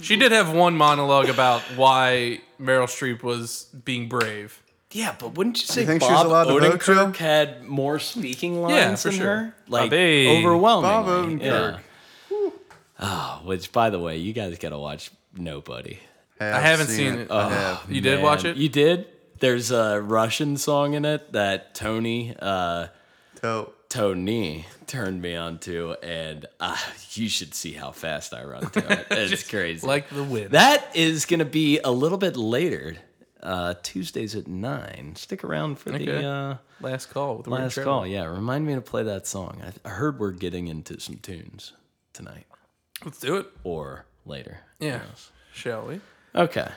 [SPEAKER 1] She did have one monologue about why Meryl Streep was being brave.
[SPEAKER 3] Yeah, but wouldn't you say
[SPEAKER 2] You think she was
[SPEAKER 3] Bob
[SPEAKER 2] allowed to vote,
[SPEAKER 3] Odenkirk
[SPEAKER 2] Joe?
[SPEAKER 3] had more speaking lines
[SPEAKER 1] Yeah, for
[SPEAKER 3] than
[SPEAKER 1] sure.
[SPEAKER 3] her? Like
[SPEAKER 1] Bobby.
[SPEAKER 2] Bob
[SPEAKER 3] overwhelming.
[SPEAKER 2] Odenkirk.
[SPEAKER 3] Oh, which by the way, you guys gotta watch Nobody.
[SPEAKER 2] Hey,
[SPEAKER 1] I
[SPEAKER 2] I've
[SPEAKER 1] haven't seen it.
[SPEAKER 2] I have.
[SPEAKER 1] You did watch it?
[SPEAKER 3] You did? There's a Russian song in it that Tony uh,
[SPEAKER 2] So
[SPEAKER 3] Tony turned me on to, and uh, you should see how fast I run to it. It's crazy.
[SPEAKER 1] Like the wind.
[SPEAKER 3] that is going to be a little bit later. Uh, Tuesdays at nine. Stick around for
[SPEAKER 1] Okay.
[SPEAKER 3] the uh,
[SPEAKER 1] last call with Weird
[SPEAKER 3] last
[SPEAKER 1] Trevor.
[SPEAKER 3] call. Yeah, remind me to play that song. I, I heard we're getting into some tunes tonight
[SPEAKER 1] Let's do it.
[SPEAKER 3] or later.
[SPEAKER 1] Yeah. Shall we?
[SPEAKER 3] Okay.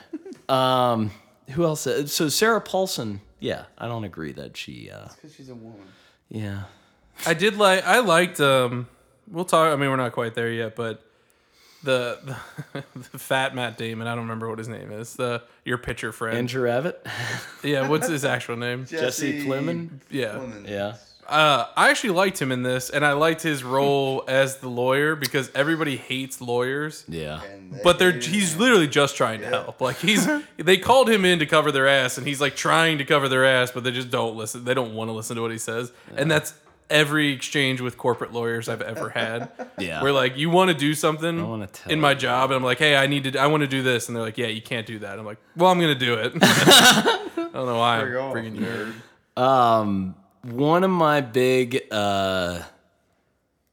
[SPEAKER 3] Um, who else? So Sarah Paulson. Yeah, I don't agree that she. Uh,
[SPEAKER 2] she's a woman.
[SPEAKER 3] yeah.
[SPEAKER 1] I did like I liked um we'll talk I mean we're not quite there yet but the the, the fat Matt Damon I don't remember what his name is the your pitcher friend
[SPEAKER 3] Andrew Rabbit.
[SPEAKER 1] yeah what's his actual name
[SPEAKER 3] Jesse Plemon.
[SPEAKER 1] yeah
[SPEAKER 3] Yeah.
[SPEAKER 1] uh, I actually liked him in this and I liked his role as the lawyer because everybody hates lawyers
[SPEAKER 3] Yeah.
[SPEAKER 1] but they're he's literally just trying to help like he's they called him in to cover their ass and he's like trying to cover their ass but they just don't listen they don't want to listen to what he says and that's every exchange with corporate lawyers I've ever had
[SPEAKER 3] Yeah.
[SPEAKER 1] We're like, you want to do something
[SPEAKER 3] wanna tell
[SPEAKER 1] in my job, and I'm like, hey, I need to, I want to do this, and they're like, yeah, you can't do that. I'm like, well, I'm gonna do it. I don't know why. I'm freaking you.
[SPEAKER 3] Um, one of my big uh,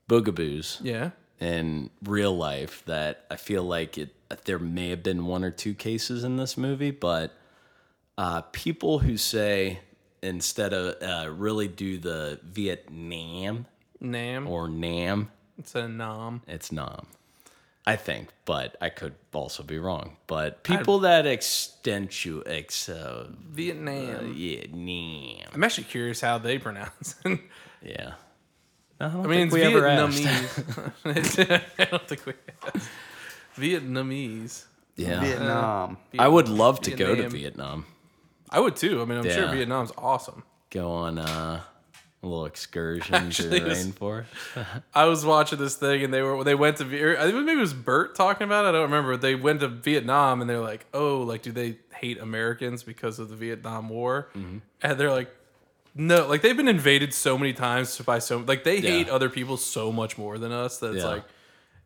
[SPEAKER 3] boogaboos
[SPEAKER 1] Yeah,
[SPEAKER 3] in real life that I feel like it. There may have been one or two cases in this movie, but uh, people who say instead of uh, really do the Vietnam
[SPEAKER 1] Nam.
[SPEAKER 3] or Nam,
[SPEAKER 1] it's a nom.
[SPEAKER 3] it's Nam. I think, but I could also be wrong. But people that extensue, ex, uh,
[SPEAKER 1] Vietnam.
[SPEAKER 3] yeah, Nam,
[SPEAKER 1] Uh, I'm actually curious how they pronounce. it.
[SPEAKER 3] yeah. No, I, don't
[SPEAKER 1] I mean,
[SPEAKER 3] think
[SPEAKER 1] it's
[SPEAKER 3] we ever asked.
[SPEAKER 1] Vietnamese. I don't think we. Asked. Vietnamese.
[SPEAKER 3] Yeah.
[SPEAKER 1] Uh,
[SPEAKER 2] Vietnam.
[SPEAKER 3] I would love to go to
[SPEAKER 1] Vietnam.
[SPEAKER 3] Vietnam.
[SPEAKER 1] I would too. I mean, I'm sure
[SPEAKER 3] Yeah.
[SPEAKER 1] Vietnam's awesome.
[SPEAKER 3] Go on uh, a little excursion to the
[SPEAKER 1] Actually, this-
[SPEAKER 3] rainforest.
[SPEAKER 1] I was watching this thing and they were they went to Vi- or I think maybe it was Bert talking about it. I don't remember. They went to Vietnam and they're like, oh, like do they hate Americans because of the Vietnam War? And they're like, no, like they've been invaded so many times by so like they hate other people so much more than us that it's
[SPEAKER 3] Yeah.
[SPEAKER 1] like,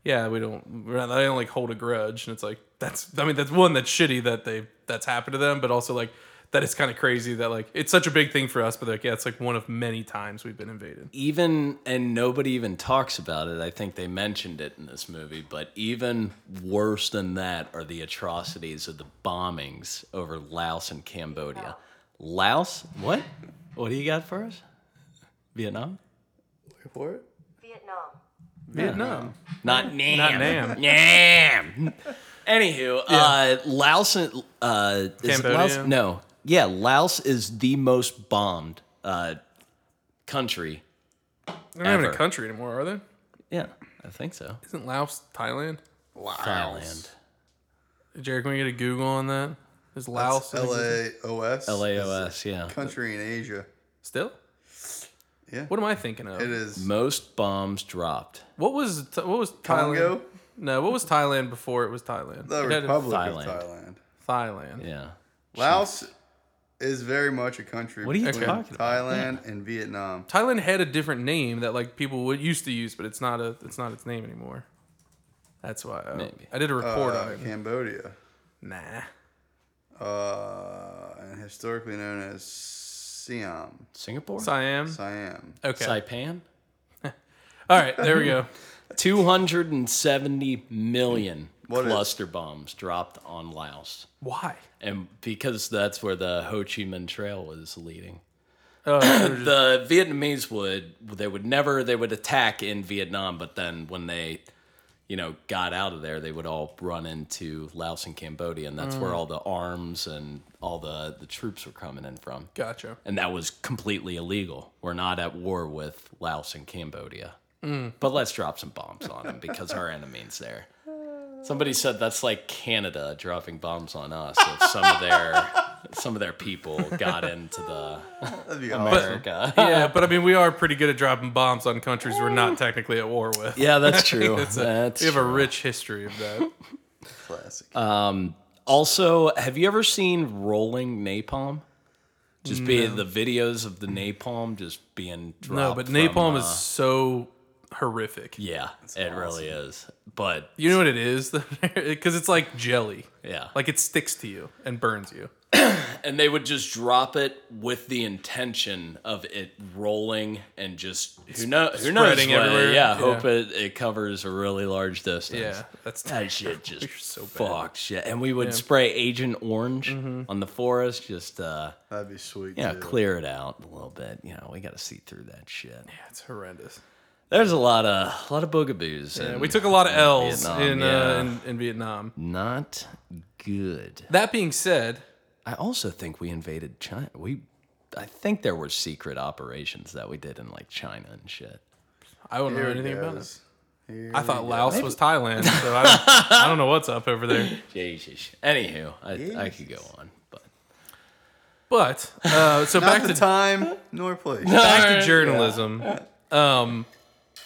[SPEAKER 1] yeah, we don't we're not, they don't like hold a grudge and it's like that's I mean that's one that's shitty that they that's happened to them, but also like. That is kind of crazy that like it's such a big thing for us, but like yeah, it's like one of many times we've been invaded.
[SPEAKER 3] Even, and nobody even talks about it. I think they mentioned it in this movie, but even worse than that are the atrocities of the bombings over Laos and Cambodia. Laos? What? What do you got for us? Vietnam?
[SPEAKER 2] For it?
[SPEAKER 4] Vietnam.
[SPEAKER 1] Vietnam.
[SPEAKER 3] Not Nam.
[SPEAKER 1] Not Nam.
[SPEAKER 3] Nam. Anywho, uh, Laos. and- Uh, is it Laos?
[SPEAKER 1] Cambodia.
[SPEAKER 3] No. Yeah, Laos is the most bombed uh, country.
[SPEAKER 1] They're not even a
[SPEAKER 3] Ever.
[SPEAKER 1] country anymore, are they?
[SPEAKER 3] Yeah, I think so.
[SPEAKER 1] Isn't Laos Thailand?
[SPEAKER 3] Thailand.
[SPEAKER 1] Jared, can we get a Google on that? Is Laos in existence?
[SPEAKER 2] LAOS.
[SPEAKER 3] LAOS, yeah.
[SPEAKER 2] Country in Asia.
[SPEAKER 1] still?
[SPEAKER 2] Yeah.
[SPEAKER 1] What am I thinking of?
[SPEAKER 2] It is
[SPEAKER 3] Most bombs dropped.
[SPEAKER 1] What was Th- what was Thailand?
[SPEAKER 2] Congo,
[SPEAKER 1] No, what was Thailand before it was Thailand?
[SPEAKER 2] the
[SPEAKER 1] It had
[SPEAKER 2] Republic
[SPEAKER 3] Thailand.
[SPEAKER 2] of Thailand.
[SPEAKER 1] Thailand.
[SPEAKER 3] Yeah.
[SPEAKER 2] Laos is very much a country.
[SPEAKER 3] What are you
[SPEAKER 2] between
[SPEAKER 3] talking about?
[SPEAKER 2] Thailand and Vietnam.
[SPEAKER 1] Thailand had a different name that like people would used to use, but it's not a it's not its name anymore. That's why I,
[SPEAKER 3] Maybe.
[SPEAKER 1] I did a report
[SPEAKER 2] Uh,
[SPEAKER 1] on it.
[SPEAKER 2] Cambodia,
[SPEAKER 1] Nah,
[SPEAKER 2] uh, and historically known as Siam.
[SPEAKER 3] Singapore?
[SPEAKER 1] Siam.
[SPEAKER 2] Siam.
[SPEAKER 1] okay,
[SPEAKER 3] Saipan?
[SPEAKER 1] all right, there we go.
[SPEAKER 3] 270 million
[SPEAKER 2] What is-
[SPEAKER 3] cluster bombs dropped on Laos.
[SPEAKER 1] Why?
[SPEAKER 3] And because that's where the Ho Chi Minh Trail was leading.
[SPEAKER 1] Oh, they were just-
[SPEAKER 3] the Vietnamese would they would never they would attack in Vietnam, but then when they you know got out of there, they would all run into Laos and Cambodia, and that's where
[SPEAKER 1] Mm.
[SPEAKER 3] all the arms and all the the troops were coming in from.
[SPEAKER 1] gotcha.
[SPEAKER 3] And that was completely illegal. We're not at war with Laos and Cambodia, but let's drop some bombs on them because our enemy's there. Somebody said that's like Canada dropping bombs on us if some of their some of their people got into the
[SPEAKER 2] That'd be awesome.
[SPEAKER 3] America.
[SPEAKER 1] Yeah, but I mean, we are pretty good at dropping bombs on countries we're not technically at war with.
[SPEAKER 3] Yeah, that's true. that's
[SPEAKER 1] We have a rich history of that.
[SPEAKER 2] classic.
[SPEAKER 3] uh, also. Have you ever seen rolling napalm? Just be the videos of the napalm just being dropped.
[SPEAKER 1] No, but
[SPEAKER 3] from,
[SPEAKER 1] napalm
[SPEAKER 3] uh,
[SPEAKER 1] is so horrific.
[SPEAKER 3] Yeah, it really is. But
[SPEAKER 1] You know what it is? Because it's like jelly.
[SPEAKER 3] yeah,
[SPEAKER 1] Like it sticks to you and burns you.
[SPEAKER 3] and they would just drop it with the intention of it rolling and just who knows who knows
[SPEAKER 1] Spreading
[SPEAKER 3] what- uh,
[SPEAKER 1] everywhere.
[SPEAKER 3] yeah
[SPEAKER 1] Yeah.
[SPEAKER 3] hope it, it covers a really large distance
[SPEAKER 1] Yeah, that's
[SPEAKER 3] that shit just
[SPEAKER 1] so bad. Mm-hmm.
[SPEAKER 3] fuck shit and we would spray agent orange on the forest just uh
[SPEAKER 2] That'd be sweet.
[SPEAKER 3] yeah
[SPEAKER 2] too.
[SPEAKER 3] clear it out a little bit you know we got to see through that shit
[SPEAKER 1] that's horrendous.
[SPEAKER 3] there's a lot of a lot of boogaboos
[SPEAKER 1] Yeah,
[SPEAKER 3] and
[SPEAKER 1] we took a lot of L's
[SPEAKER 3] Mm. Vietnam,
[SPEAKER 1] in,
[SPEAKER 3] yeah.
[SPEAKER 1] uh, in in Vietnam.
[SPEAKER 3] not good
[SPEAKER 1] That being said,
[SPEAKER 3] I also think we invaded China. We, I think there were secret operations that we did in like China and shit.
[SPEAKER 1] I don't know
[SPEAKER 2] Here
[SPEAKER 1] anything about it.
[SPEAKER 2] goes. Here
[SPEAKER 1] I thought Laos was Thailand, so I, I don't know what's up over there.
[SPEAKER 3] Jesus. Anywho, I, I could go on, but
[SPEAKER 1] But uh, so back
[SPEAKER 2] Not
[SPEAKER 1] to
[SPEAKER 2] the time nor place.
[SPEAKER 1] back to journalism. Um,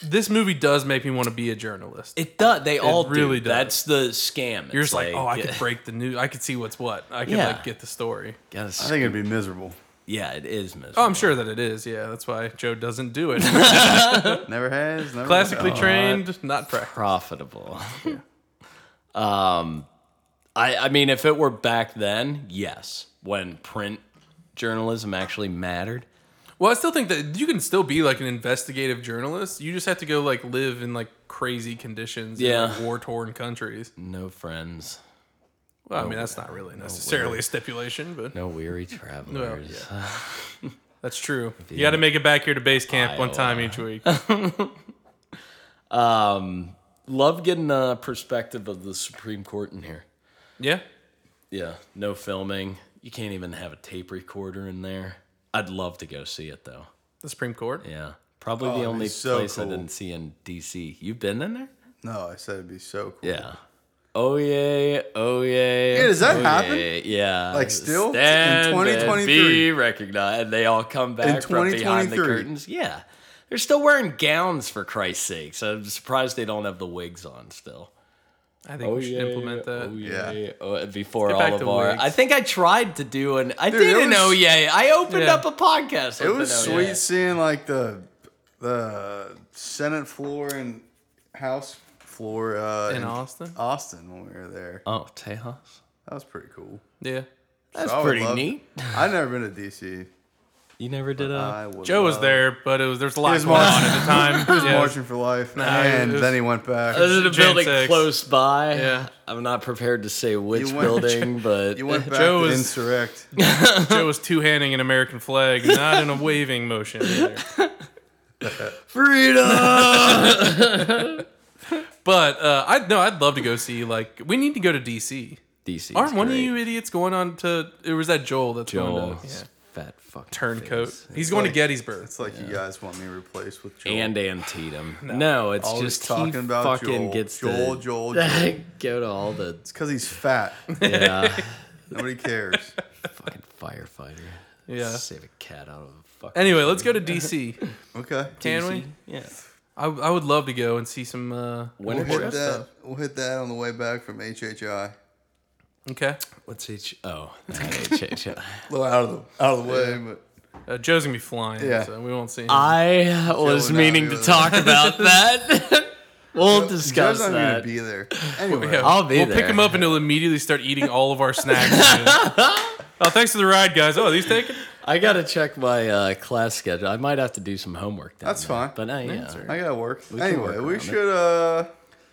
[SPEAKER 1] this movie does make me want to be a journalist.
[SPEAKER 3] it does. They all
[SPEAKER 1] really
[SPEAKER 3] really do.
[SPEAKER 1] does.
[SPEAKER 3] That's the scam.
[SPEAKER 1] You're just like, oh, I could break the news. I could see what's what. I could
[SPEAKER 3] Yeah.
[SPEAKER 1] like get the story.
[SPEAKER 2] I think it'd be miserable.
[SPEAKER 3] yeah, it is miserable.
[SPEAKER 1] Oh, I'm sure that it is. Yeah, that's why Joe doesn't do it.
[SPEAKER 2] Never has. Never
[SPEAKER 1] Classically
[SPEAKER 2] will.
[SPEAKER 1] trained, not practical.
[SPEAKER 3] profitable. um, I I mean, if it were back then, yes, when print journalism actually mattered.
[SPEAKER 1] Well, I still think that you can still be like an investigative journalist. You just have to go like live in like crazy conditions
[SPEAKER 3] Yeah.
[SPEAKER 1] in war torn countries.
[SPEAKER 3] No friends,
[SPEAKER 1] Well, I mean, that's not really necessarily a stipulation, but
[SPEAKER 3] no weary travelers.
[SPEAKER 1] that's true. You got to make it back here to base camp one time each week.
[SPEAKER 3] Love getting a perspective of the Supreme Court in here.
[SPEAKER 1] yeah.
[SPEAKER 3] Yeah, no filming. You can't even have a tape recorder in there. I'd love to go see it though.
[SPEAKER 1] The Supreme Court.
[SPEAKER 3] Yeah, probably
[SPEAKER 2] it'd
[SPEAKER 3] the
[SPEAKER 2] be
[SPEAKER 3] only
[SPEAKER 2] Oh, so
[SPEAKER 3] place I
[SPEAKER 2] cool.
[SPEAKER 3] didn't see in DC. You've been in there?
[SPEAKER 2] No, I said it'd be so cool.
[SPEAKER 3] Yeah. Oh yeah! Oh yeah!
[SPEAKER 2] Yeah, does that
[SPEAKER 3] oh,
[SPEAKER 2] happen?
[SPEAKER 3] yay, Yeah.
[SPEAKER 2] Like, still? In
[SPEAKER 3] Stand and
[SPEAKER 2] 2023?
[SPEAKER 3] Be recognized. And they all come back from behind the
[SPEAKER 2] 2023?
[SPEAKER 3] curtains. Yeah. They're still wearing gowns for Christ's sakes. I'm surprised they don't have the wigs on still.
[SPEAKER 1] I think we should implement that.
[SPEAKER 3] Oh,
[SPEAKER 2] Yeah.
[SPEAKER 3] yeah. Oh, before
[SPEAKER 1] Get back
[SPEAKER 3] all of
[SPEAKER 1] to
[SPEAKER 3] our,
[SPEAKER 1] wigs.
[SPEAKER 3] I think I tried to do an. I
[SPEAKER 2] it
[SPEAKER 3] did an
[SPEAKER 2] was-
[SPEAKER 3] oh yeah. I opened
[SPEAKER 1] Yeah.
[SPEAKER 3] up a podcast.
[SPEAKER 2] It
[SPEAKER 3] with
[SPEAKER 2] was
[SPEAKER 3] an oh,
[SPEAKER 2] sweet
[SPEAKER 3] yeah.
[SPEAKER 2] seeing like the the Senate floor and House floor uh,
[SPEAKER 1] In Austin?
[SPEAKER 2] Austin when we were there.
[SPEAKER 3] Oh, Tejas.
[SPEAKER 2] That was pretty cool.
[SPEAKER 1] Yeah.
[SPEAKER 3] That's
[SPEAKER 2] So I would
[SPEAKER 3] pretty
[SPEAKER 2] love-
[SPEAKER 3] neat. Uh,
[SPEAKER 2] I've never been to DC.
[SPEAKER 3] You never did a.
[SPEAKER 2] I would
[SPEAKER 1] Joe was
[SPEAKER 2] love-
[SPEAKER 1] there, but it was there's a lot
[SPEAKER 2] His
[SPEAKER 1] going on
[SPEAKER 2] march-
[SPEAKER 1] at the time.
[SPEAKER 2] He was
[SPEAKER 1] Yeah.
[SPEAKER 2] marching for life,
[SPEAKER 1] it
[SPEAKER 2] and
[SPEAKER 1] was-
[SPEAKER 2] then he went back.
[SPEAKER 3] This is a
[SPEAKER 1] James
[SPEAKER 3] building
[SPEAKER 1] X.
[SPEAKER 3] close by.
[SPEAKER 1] Yeah.
[SPEAKER 3] I'm not prepared to say which
[SPEAKER 2] went-
[SPEAKER 3] building, but
[SPEAKER 2] You went back
[SPEAKER 1] Joe
[SPEAKER 2] to
[SPEAKER 1] was-
[SPEAKER 2] insurrect.
[SPEAKER 1] Joe was two handing an American flag, not in a waving motion. either.
[SPEAKER 3] freedom.
[SPEAKER 1] But uh, I no, I'd love to go see. Like, we need to go to DC.
[SPEAKER 3] DC.
[SPEAKER 1] Aren't one of you idiots going on to? It was that Joel that's going to yeah.
[SPEAKER 3] fat fuck
[SPEAKER 1] turncoat. He's going to
[SPEAKER 2] like-
[SPEAKER 1] Gettysburg.
[SPEAKER 2] It's like you guys want me replaced with Joel.
[SPEAKER 3] and Antietam. No, it's
[SPEAKER 2] Always
[SPEAKER 3] just
[SPEAKER 2] talking
[SPEAKER 3] he
[SPEAKER 2] about
[SPEAKER 3] fucking
[SPEAKER 2] Joel,
[SPEAKER 3] gets
[SPEAKER 2] Joel,
[SPEAKER 3] to
[SPEAKER 2] Joel, Joel.
[SPEAKER 3] go to all the
[SPEAKER 2] It's because he's fat.
[SPEAKER 3] yeah,
[SPEAKER 2] Nobody cares.
[SPEAKER 3] fucking firefighter.
[SPEAKER 1] Yeah.
[SPEAKER 3] save a cat out of a fucking.
[SPEAKER 1] Anyway, let's go to DC.
[SPEAKER 2] Okay.
[SPEAKER 1] Can we?
[SPEAKER 3] Yeah,
[SPEAKER 1] I, I would love to go and see some uh,
[SPEAKER 2] We'll
[SPEAKER 3] Winter
[SPEAKER 1] cool
[SPEAKER 2] hit
[SPEAKER 3] Chest.
[SPEAKER 1] chef
[SPEAKER 2] that. We'll hit that on the way back from HHI.
[SPEAKER 1] Okay,
[SPEAKER 3] What's H? Oh, HHI.
[SPEAKER 2] A little out of the out of the way, but
[SPEAKER 1] uh, Joe's gonna be flying,
[SPEAKER 2] Yeah.
[SPEAKER 1] so we won't see him.
[SPEAKER 3] I was
[SPEAKER 2] Joe, no,
[SPEAKER 3] meaning to
[SPEAKER 2] no.
[SPEAKER 3] talk about that. we'll discuss
[SPEAKER 2] Joe's not even
[SPEAKER 3] that.
[SPEAKER 2] gonna be there. Anyway,
[SPEAKER 1] Yeah,
[SPEAKER 3] I'll be
[SPEAKER 1] We'll pick
[SPEAKER 3] there.
[SPEAKER 1] him up and he'll immediately start eating all of our snacks. dude. oh, thanks for the ride, guys. Oh, are these taken?
[SPEAKER 3] I gotta check my uh, class schedule. I might have to do some homework. Down
[SPEAKER 2] That's
[SPEAKER 3] there.
[SPEAKER 2] fine.
[SPEAKER 3] But uh, yeah,
[SPEAKER 2] I gotta work.
[SPEAKER 3] can
[SPEAKER 2] anyway,
[SPEAKER 3] work
[SPEAKER 2] we
[SPEAKER 3] around it.
[SPEAKER 2] should. uh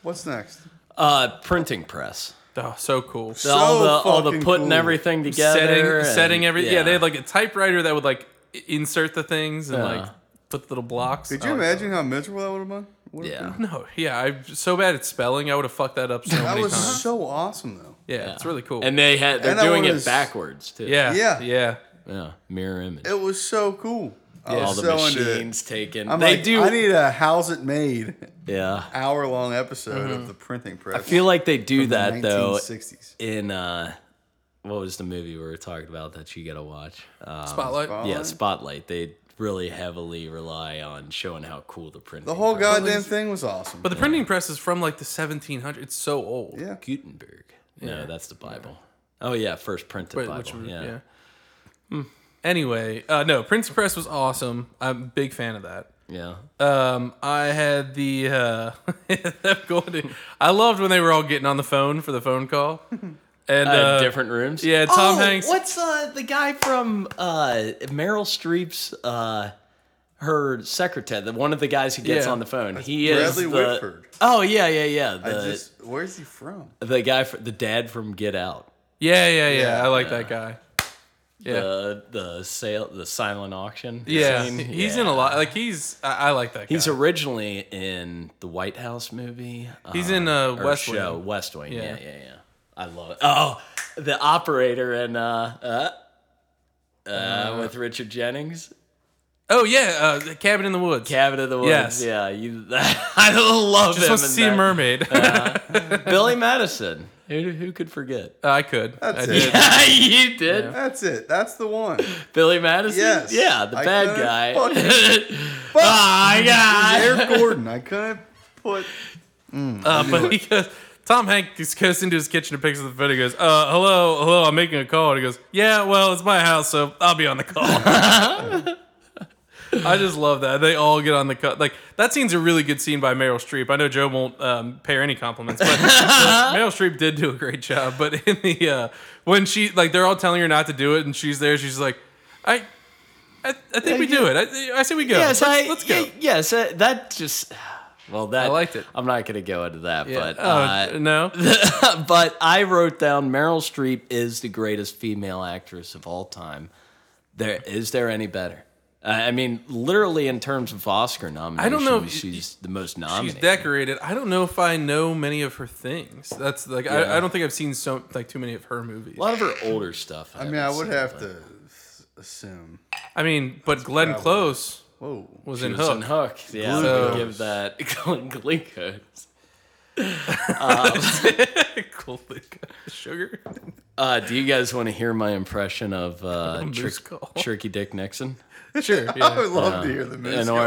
[SPEAKER 2] What's next?
[SPEAKER 3] uh, printing press.
[SPEAKER 1] Oh, so cool.
[SPEAKER 3] So all
[SPEAKER 2] So
[SPEAKER 3] the all the
[SPEAKER 2] fucking
[SPEAKER 3] putting
[SPEAKER 2] cool.
[SPEAKER 3] everything together,
[SPEAKER 1] setting,
[SPEAKER 3] and-
[SPEAKER 1] setting everything. Yeah. they had like a typewriter that would like i- insert the things and
[SPEAKER 3] Yeah.
[SPEAKER 1] like put little blocks.
[SPEAKER 2] Could you imagine how miserable that would have been? Would've
[SPEAKER 3] Oh, yeah.
[SPEAKER 2] been?
[SPEAKER 1] No, yeah, I'm so bad at spelling. I would have fucked that up so
[SPEAKER 2] That
[SPEAKER 1] many
[SPEAKER 2] was
[SPEAKER 1] times.
[SPEAKER 2] so awesome though.
[SPEAKER 1] yeah, it's really cool.
[SPEAKER 3] And they had they're
[SPEAKER 2] And that
[SPEAKER 3] doing
[SPEAKER 2] one
[SPEAKER 3] it
[SPEAKER 2] is-
[SPEAKER 3] backwards too.
[SPEAKER 1] yeah, yeah,
[SPEAKER 2] Yeah.
[SPEAKER 1] yeah.
[SPEAKER 3] yeah, mirror image.
[SPEAKER 2] It was so cool. I
[SPEAKER 3] all
[SPEAKER 2] was
[SPEAKER 3] the
[SPEAKER 2] so into it.
[SPEAKER 3] machines taken.
[SPEAKER 2] I'm
[SPEAKER 3] they
[SPEAKER 2] like,
[SPEAKER 3] do.
[SPEAKER 2] I need a how's it made
[SPEAKER 3] yeah,
[SPEAKER 2] hour long episode of the printing press.
[SPEAKER 3] Mm-hmm. I feel like they do
[SPEAKER 2] from the
[SPEAKER 3] that though
[SPEAKER 2] 1960s.
[SPEAKER 3] in uh, what was the movie we were talking about that you gotta watch? Um,
[SPEAKER 1] Spotlight.
[SPEAKER 2] Spot-
[SPEAKER 3] yeah, Spotlight. They really heavily rely on showing how cool the printing.
[SPEAKER 2] The whole
[SPEAKER 3] press-
[SPEAKER 2] goddamn thing was awesome.
[SPEAKER 1] But the printing press is from like the 1700s. It's so old.
[SPEAKER 2] yeah,
[SPEAKER 3] Gutenberg. No, that's the Bible. Oh yeah, first printed
[SPEAKER 1] Wait,
[SPEAKER 3] Bible.
[SPEAKER 1] which would-
[SPEAKER 3] yeah.
[SPEAKER 1] yeah. Hmm. Anyway, uh, no, Printing Press was awesome. I'm a big fan of that.
[SPEAKER 3] Yeah.
[SPEAKER 1] Um, I had the uh, them going to, I loved when they were all getting on the phone for the phone call, and uh,
[SPEAKER 3] Uh, different rooms.
[SPEAKER 1] Yeah, Tom
[SPEAKER 3] Oh,
[SPEAKER 1] Hanks.
[SPEAKER 3] What's uh, the guy from uh, Meryl Streep's uh, her secretary? The one of the guys who gets
[SPEAKER 1] Yeah.
[SPEAKER 3] on the phone. He is
[SPEAKER 2] Bradley
[SPEAKER 3] the-
[SPEAKER 2] Whitford.
[SPEAKER 3] Oh yeah, yeah, yeah.
[SPEAKER 2] I
[SPEAKER 3] The
[SPEAKER 2] just, where's he from?
[SPEAKER 3] the guy, fr- the dad from Get Out.
[SPEAKER 1] Yeah, yeah, yeah,
[SPEAKER 2] Yeah.
[SPEAKER 1] I like that guy. Yeah,
[SPEAKER 3] The the sale, the silent auction.
[SPEAKER 1] yeah.
[SPEAKER 3] scene.
[SPEAKER 1] He's
[SPEAKER 3] Yeah.
[SPEAKER 1] in a lot. Like he's. I, I like that. Guy.
[SPEAKER 3] He's originally in the White House movie.
[SPEAKER 1] He's in, uh,
[SPEAKER 3] or
[SPEAKER 1] West
[SPEAKER 3] show,
[SPEAKER 1] Wing.
[SPEAKER 3] West Wing. Yeah.
[SPEAKER 1] Yeah.
[SPEAKER 3] yeah, yeah, I love it. Oh, the operator and uh, uh, uh, with Richard Jennings,
[SPEAKER 1] oh yeah, uh, the Cabin in the Woods.
[SPEAKER 3] Cabin of the Woods.
[SPEAKER 1] Yes.
[SPEAKER 3] Yeah, you. I love
[SPEAKER 1] Just
[SPEAKER 3] him.
[SPEAKER 1] want to
[SPEAKER 3] in
[SPEAKER 1] see a
[SPEAKER 3] that. Uh-huh.
[SPEAKER 1] mermaid.
[SPEAKER 3] Billy Madison. Who, who could forget?
[SPEAKER 1] I could. I
[SPEAKER 2] That's it.
[SPEAKER 1] did.
[SPEAKER 3] you did.
[SPEAKER 2] That's it. That's the one.
[SPEAKER 3] Billy Madison?
[SPEAKER 2] Yes.
[SPEAKER 3] Yeah, the
[SPEAKER 2] I
[SPEAKER 3] bad
[SPEAKER 2] couldn't
[SPEAKER 3] guy.
[SPEAKER 2] Fuck.
[SPEAKER 3] oh, God.
[SPEAKER 2] Eric Gordon. I couldn't put.
[SPEAKER 1] Uh, but he goes, Tom Hanks just goes into his kitchen and picks up the phone. He goes, uh, "Hello, hello, I'm making a call." And he goes, "Yeah, well, it's my house, so I'll be on the call." I just love that they all get on the call. Like that scene's a really good scene by Meryl Streep. I know Joe won't um, pay her any compliments, but Meryl Streep did do a great job. But in the uh, when she like they're all telling her not to do it, and she's there, she's like, "I, I, I think we do it. I, I say we go.
[SPEAKER 3] Yes,
[SPEAKER 1] let's,
[SPEAKER 3] I,
[SPEAKER 1] let's go."
[SPEAKER 3] y- yes, uh, that just. Well, that.
[SPEAKER 1] I liked it.
[SPEAKER 3] I'm not going to go into that, but.
[SPEAKER 1] oh,
[SPEAKER 3] Uh,
[SPEAKER 1] no.
[SPEAKER 3] but I wrote down Meryl Streep is the greatest female actress of all time. There is there any better? Uh, I mean, literally in terms of Oscar
[SPEAKER 1] don't
[SPEAKER 3] nominations,
[SPEAKER 1] know if-
[SPEAKER 3] She's the most nominated.
[SPEAKER 1] She's decorated. I don't know if I know many of her things. That's like I, I don't think I've seen so like too many of her movies.
[SPEAKER 3] a lot of her older stuff.
[SPEAKER 2] I mean, I would have to assume.
[SPEAKER 1] I mean, but Glenn
[SPEAKER 2] probably-
[SPEAKER 1] Close
[SPEAKER 2] Whoa.
[SPEAKER 1] was
[SPEAKER 3] She
[SPEAKER 1] in
[SPEAKER 3] was
[SPEAKER 1] Hook.
[SPEAKER 3] in Hook. Yeah, I'm
[SPEAKER 1] Glucose.
[SPEAKER 3] gonna give that glucose.
[SPEAKER 1] Sugar.
[SPEAKER 3] Uh, do you guys want to hear my impression of uh,
[SPEAKER 1] Moose
[SPEAKER 3] Trick,
[SPEAKER 1] Call.
[SPEAKER 3] Tricky Dick Nixon?
[SPEAKER 1] Sure.
[SPEAKER 2] I
[SPEAKER 1] Yeah.
[SPEAKER 2] would love to hear the music.
[SPEAKER 3] And or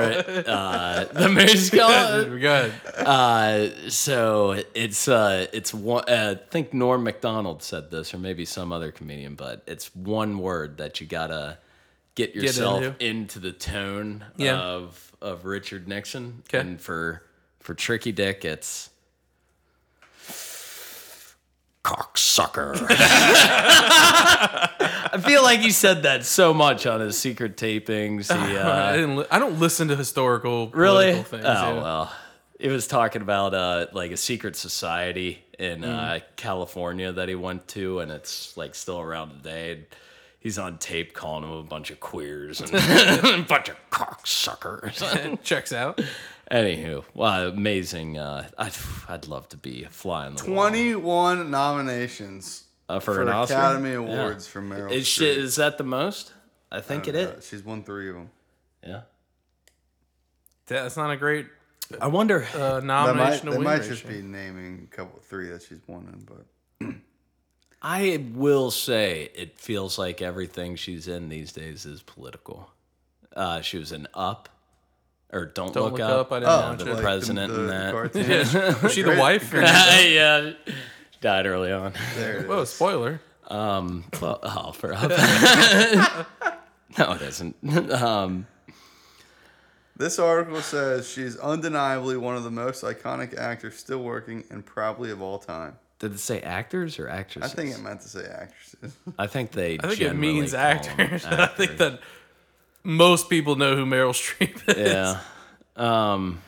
[SPEAKER 3] uh, the Moose Call?
[SPEAKER 1] Good. Good.
[SPEAKER 3] Uh, so it's uh, it's one. Uh, I think Norm Macdonald said this, or maybe some other comedian, but it's one word that you gotta get yourself
[SPEAKER 1] into.
[SPEAKER 3] into. the tone
[SPEAKER 1] Yeah.
[SPEAKER 3] of of Richard Nixon.
[SPEAKER 1] 'Kay.
[SPEAKER 3] And for for Tricky Dick, it's cocksucker. I feel like he said that so much on his secret tapings. He, uh,
[SPEAKER 1] I didn't. Li- I don't listen to historical.
[SPEAKER 3] Really?
[SPEAKER 1] political Things,
[SPEAKER 3] oh
[SPEAKER 1] yeah.
[SPEAKER 3] well, it was talking about uh, like a secret society in
[SPEAKER 1] Mm.
[SPEAKER 3] uh, California that he went to, and it's like still around today. And he's on tape calling them a bunch of queers and a bunch of cocksuckers.
[SPEAKER 1] Checks out.
[SPEAKER 3] Anywho, wow, amazing. Uh, I'd, I'd love to be a fly on the wall.
[SPEAKER 2] 21 nominations
[SPEAKER 3] Uh, for
[SPEAKER 2] for
[SPEAKER 3] an Oscar?
[SPEAKER 2] Academy
[SPEAKER 3] Yeah.
[SPEAKER 2] Awards for Meryl
[SPEAKER 3] Is,
[SPEAKER 2] Streep.
[SPEAKER 3] she, is that the most? I think it
[SPEAKER 2] Uh,
[SPEAKER 3] is.
[SPEAKER 2] she's won three of them.
[SPEAKER 3] Yeah.
[SPEAKER 1] That's not a great
[SPEAKER 3] I wonder.
[SPEAKER 1] uh,
[SPEAKER 2] That might,
[SPEAKER 1] nomination to
[SPEAKER 2] that
[SPEAKER 1] win
[SPEAKER 2] might
[SPEAKER 1] ratio.
[SPEAKER 2] just be naming a couple, three that she's won in, but
[SPEAKER 3] I will say it feels like everything she's in these days is political. Uh, she was in Up or Don't,
[SPEAKER 1] Don't
[SPEAKER 3] Look, Up.
[SPEAKER 1] I
[SPEAKER 3] Uh,
[SPEAKER 1] didn't
[SPEAKER 3] the
[SPEAKER 1] watch it.
[SPEAKER 3] president in that.
[SPEAKER 2] cartoon.
[SPEAKER 1] Oh, Yeah, was she the
[SPEAKER 2] Great-
[SPEAKER 1] wife?
[SPEAKER 2] great-
[SPEAKER 3] yeah, died early on.
[SPEAKER 2] There it
[SPEAKER 1] Whoa,
[SPEAKER 2] is.
[SPEAKER 1] spoiler.
[SPEAKER 3] Um, well, oh, for Up. no, it isn't. Um,
[SPEAKER 2] This article says she's undeniably one of the most iconic actors still working and probably of all time.
[SPEAKER 3] did it say actors or
[SPEAKER 2] I
[SPEAKER 3] actresses?
[SPEAKER 2] think it meant to say actresses.
[SPEAKER 3] I think they.
[SPEAKER 1] I think it means actors.
[SPEAKER 3] actors.
[SPEAKER 1] I think that most people know who Meryl Streep is.
[SPEAKER 3] Yeah. Um,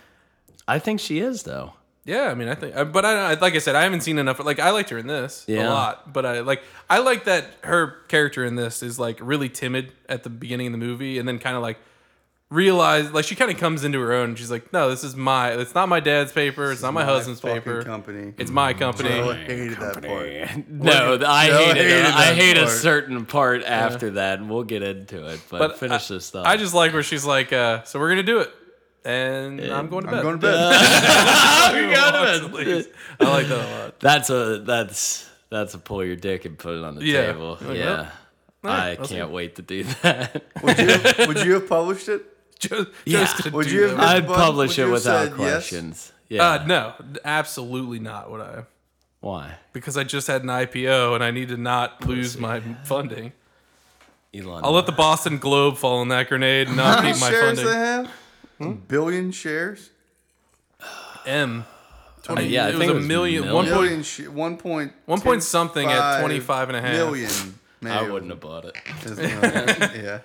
[SPEAKER 3] I think she is though.
[SPEAKER 1] Yeah, I mean, I think, I- but I I- like I said, I haven't seen enough. Like I liked her in this a
[SPEAKER 3] Yeah.
[SPEAKER 1] lot, but I like I like that her character in this is like really timid at the beginning of the movie, and then kind of like realize like she kind of comes into her own. And she's like, no, this is my. It's not my dad's paper. It's not my, husband's
[SPEAKER 2] fucking
[SPEAKER 1] paper.
[SPEAKER 2] Company.
[SPEAKER 1] It's my company.
[SPEAKER 2] I hated that part.
[SPEAKER 3] No, th- I
[SPEAKER 2] No, I
[SPEAKER 3] hate hated.
[SPEAKER 2] hated
[SPEAKER 3] it. I
[SPEAKER 2] that
[SPEAKER 3] hate a
[SPEAKER 2] part.
[SPEAKER 3] certain part after that, and we'll get into it. But,
[SPEAKER 1] But
[SPEAKER 3] finish this stuff.
[SPEAKER 1] I just like where she's like, uh, so we're gonna do it, and I'm going to bed.
[SPEAKER 2] I'm going to bed.
[SPEAKER 1] I like that a lot.
[SPEAKER 3] that's a that's that's a pull your dick and put it on the
[SPEAKER 1] Yeah.
[SPEAKER 3] table.
[SPEAKER 1] Like,
[SPEAKER 3] yeah, I
[SPEAKER 1] let's
[SPEAKER 3] can't wait to do that.
[SPEAKER 2] would, you, would you have published it?
[SPEAKER 1] Just,
[SPEAKER 3] Yeah.
[SPEAKER 1] just to
[SPEAKER 2] Would
[SPEAKER 1] do
[SPEAKER 2] you have
[SPEAKER 1] that.
[SPEAKER 2] Mr.
[SPEAKER 3] I'd
[SPEAKER 2] Bun,
[SPEAKER 3] publish
[SPEAKER 2] would you
[SPEAKER 3] it
[SPEAKER 2] have
[SPEAKER 3] without
[SPEAKER 2] said yes?
[SPEAKER 3] questions. Yeah,
[SPEAKER 1] Uh, no, absolutely not. Would I?
[SPEAKER 3] why?
[SPEAKER 1] because I just had an IPO and I need to not lose my funding.
[SPEAKER 3] Elon.
[SPEAKER 1] I'll let the Boston Globe fall on that grenade and not
[SPEAKER 2] How
[SPEAKER 1] keep
[SPEAKER 2] many
[SPEAKER 1] my
[SPEAKER 2] shares they
[SPEAKER 1] funding.
[SPEAKER 2] have?
[SPEAKER 3] Hmm?
[SPEAKER 2] Billion shares?
[SPEAKER 1] M.
[SPEAKER 3] I mean, Uh, yeah,
[SPEAKER 1] it
[SPEAKER 3] I
[SPEAKER 1] was
[SPEAKER 3] think
[SPEAKER 1] a
[SPEAKER 3] it was
[SPEAKER 1] million,
[SPEAKER 3] million.
[SPEAKER 1] one point
[SPEAKER 2] Billion, sh- one point
[SPEAKER 1] One point something at
[SPEAKER 2] 25
[SPEAKER 1] 25 and a half.
[SPEAKER 2] Million, maybe.
[SPEAKER 3] I wouldn't have bought it.
[SPEAKER 2] Is the- yeah.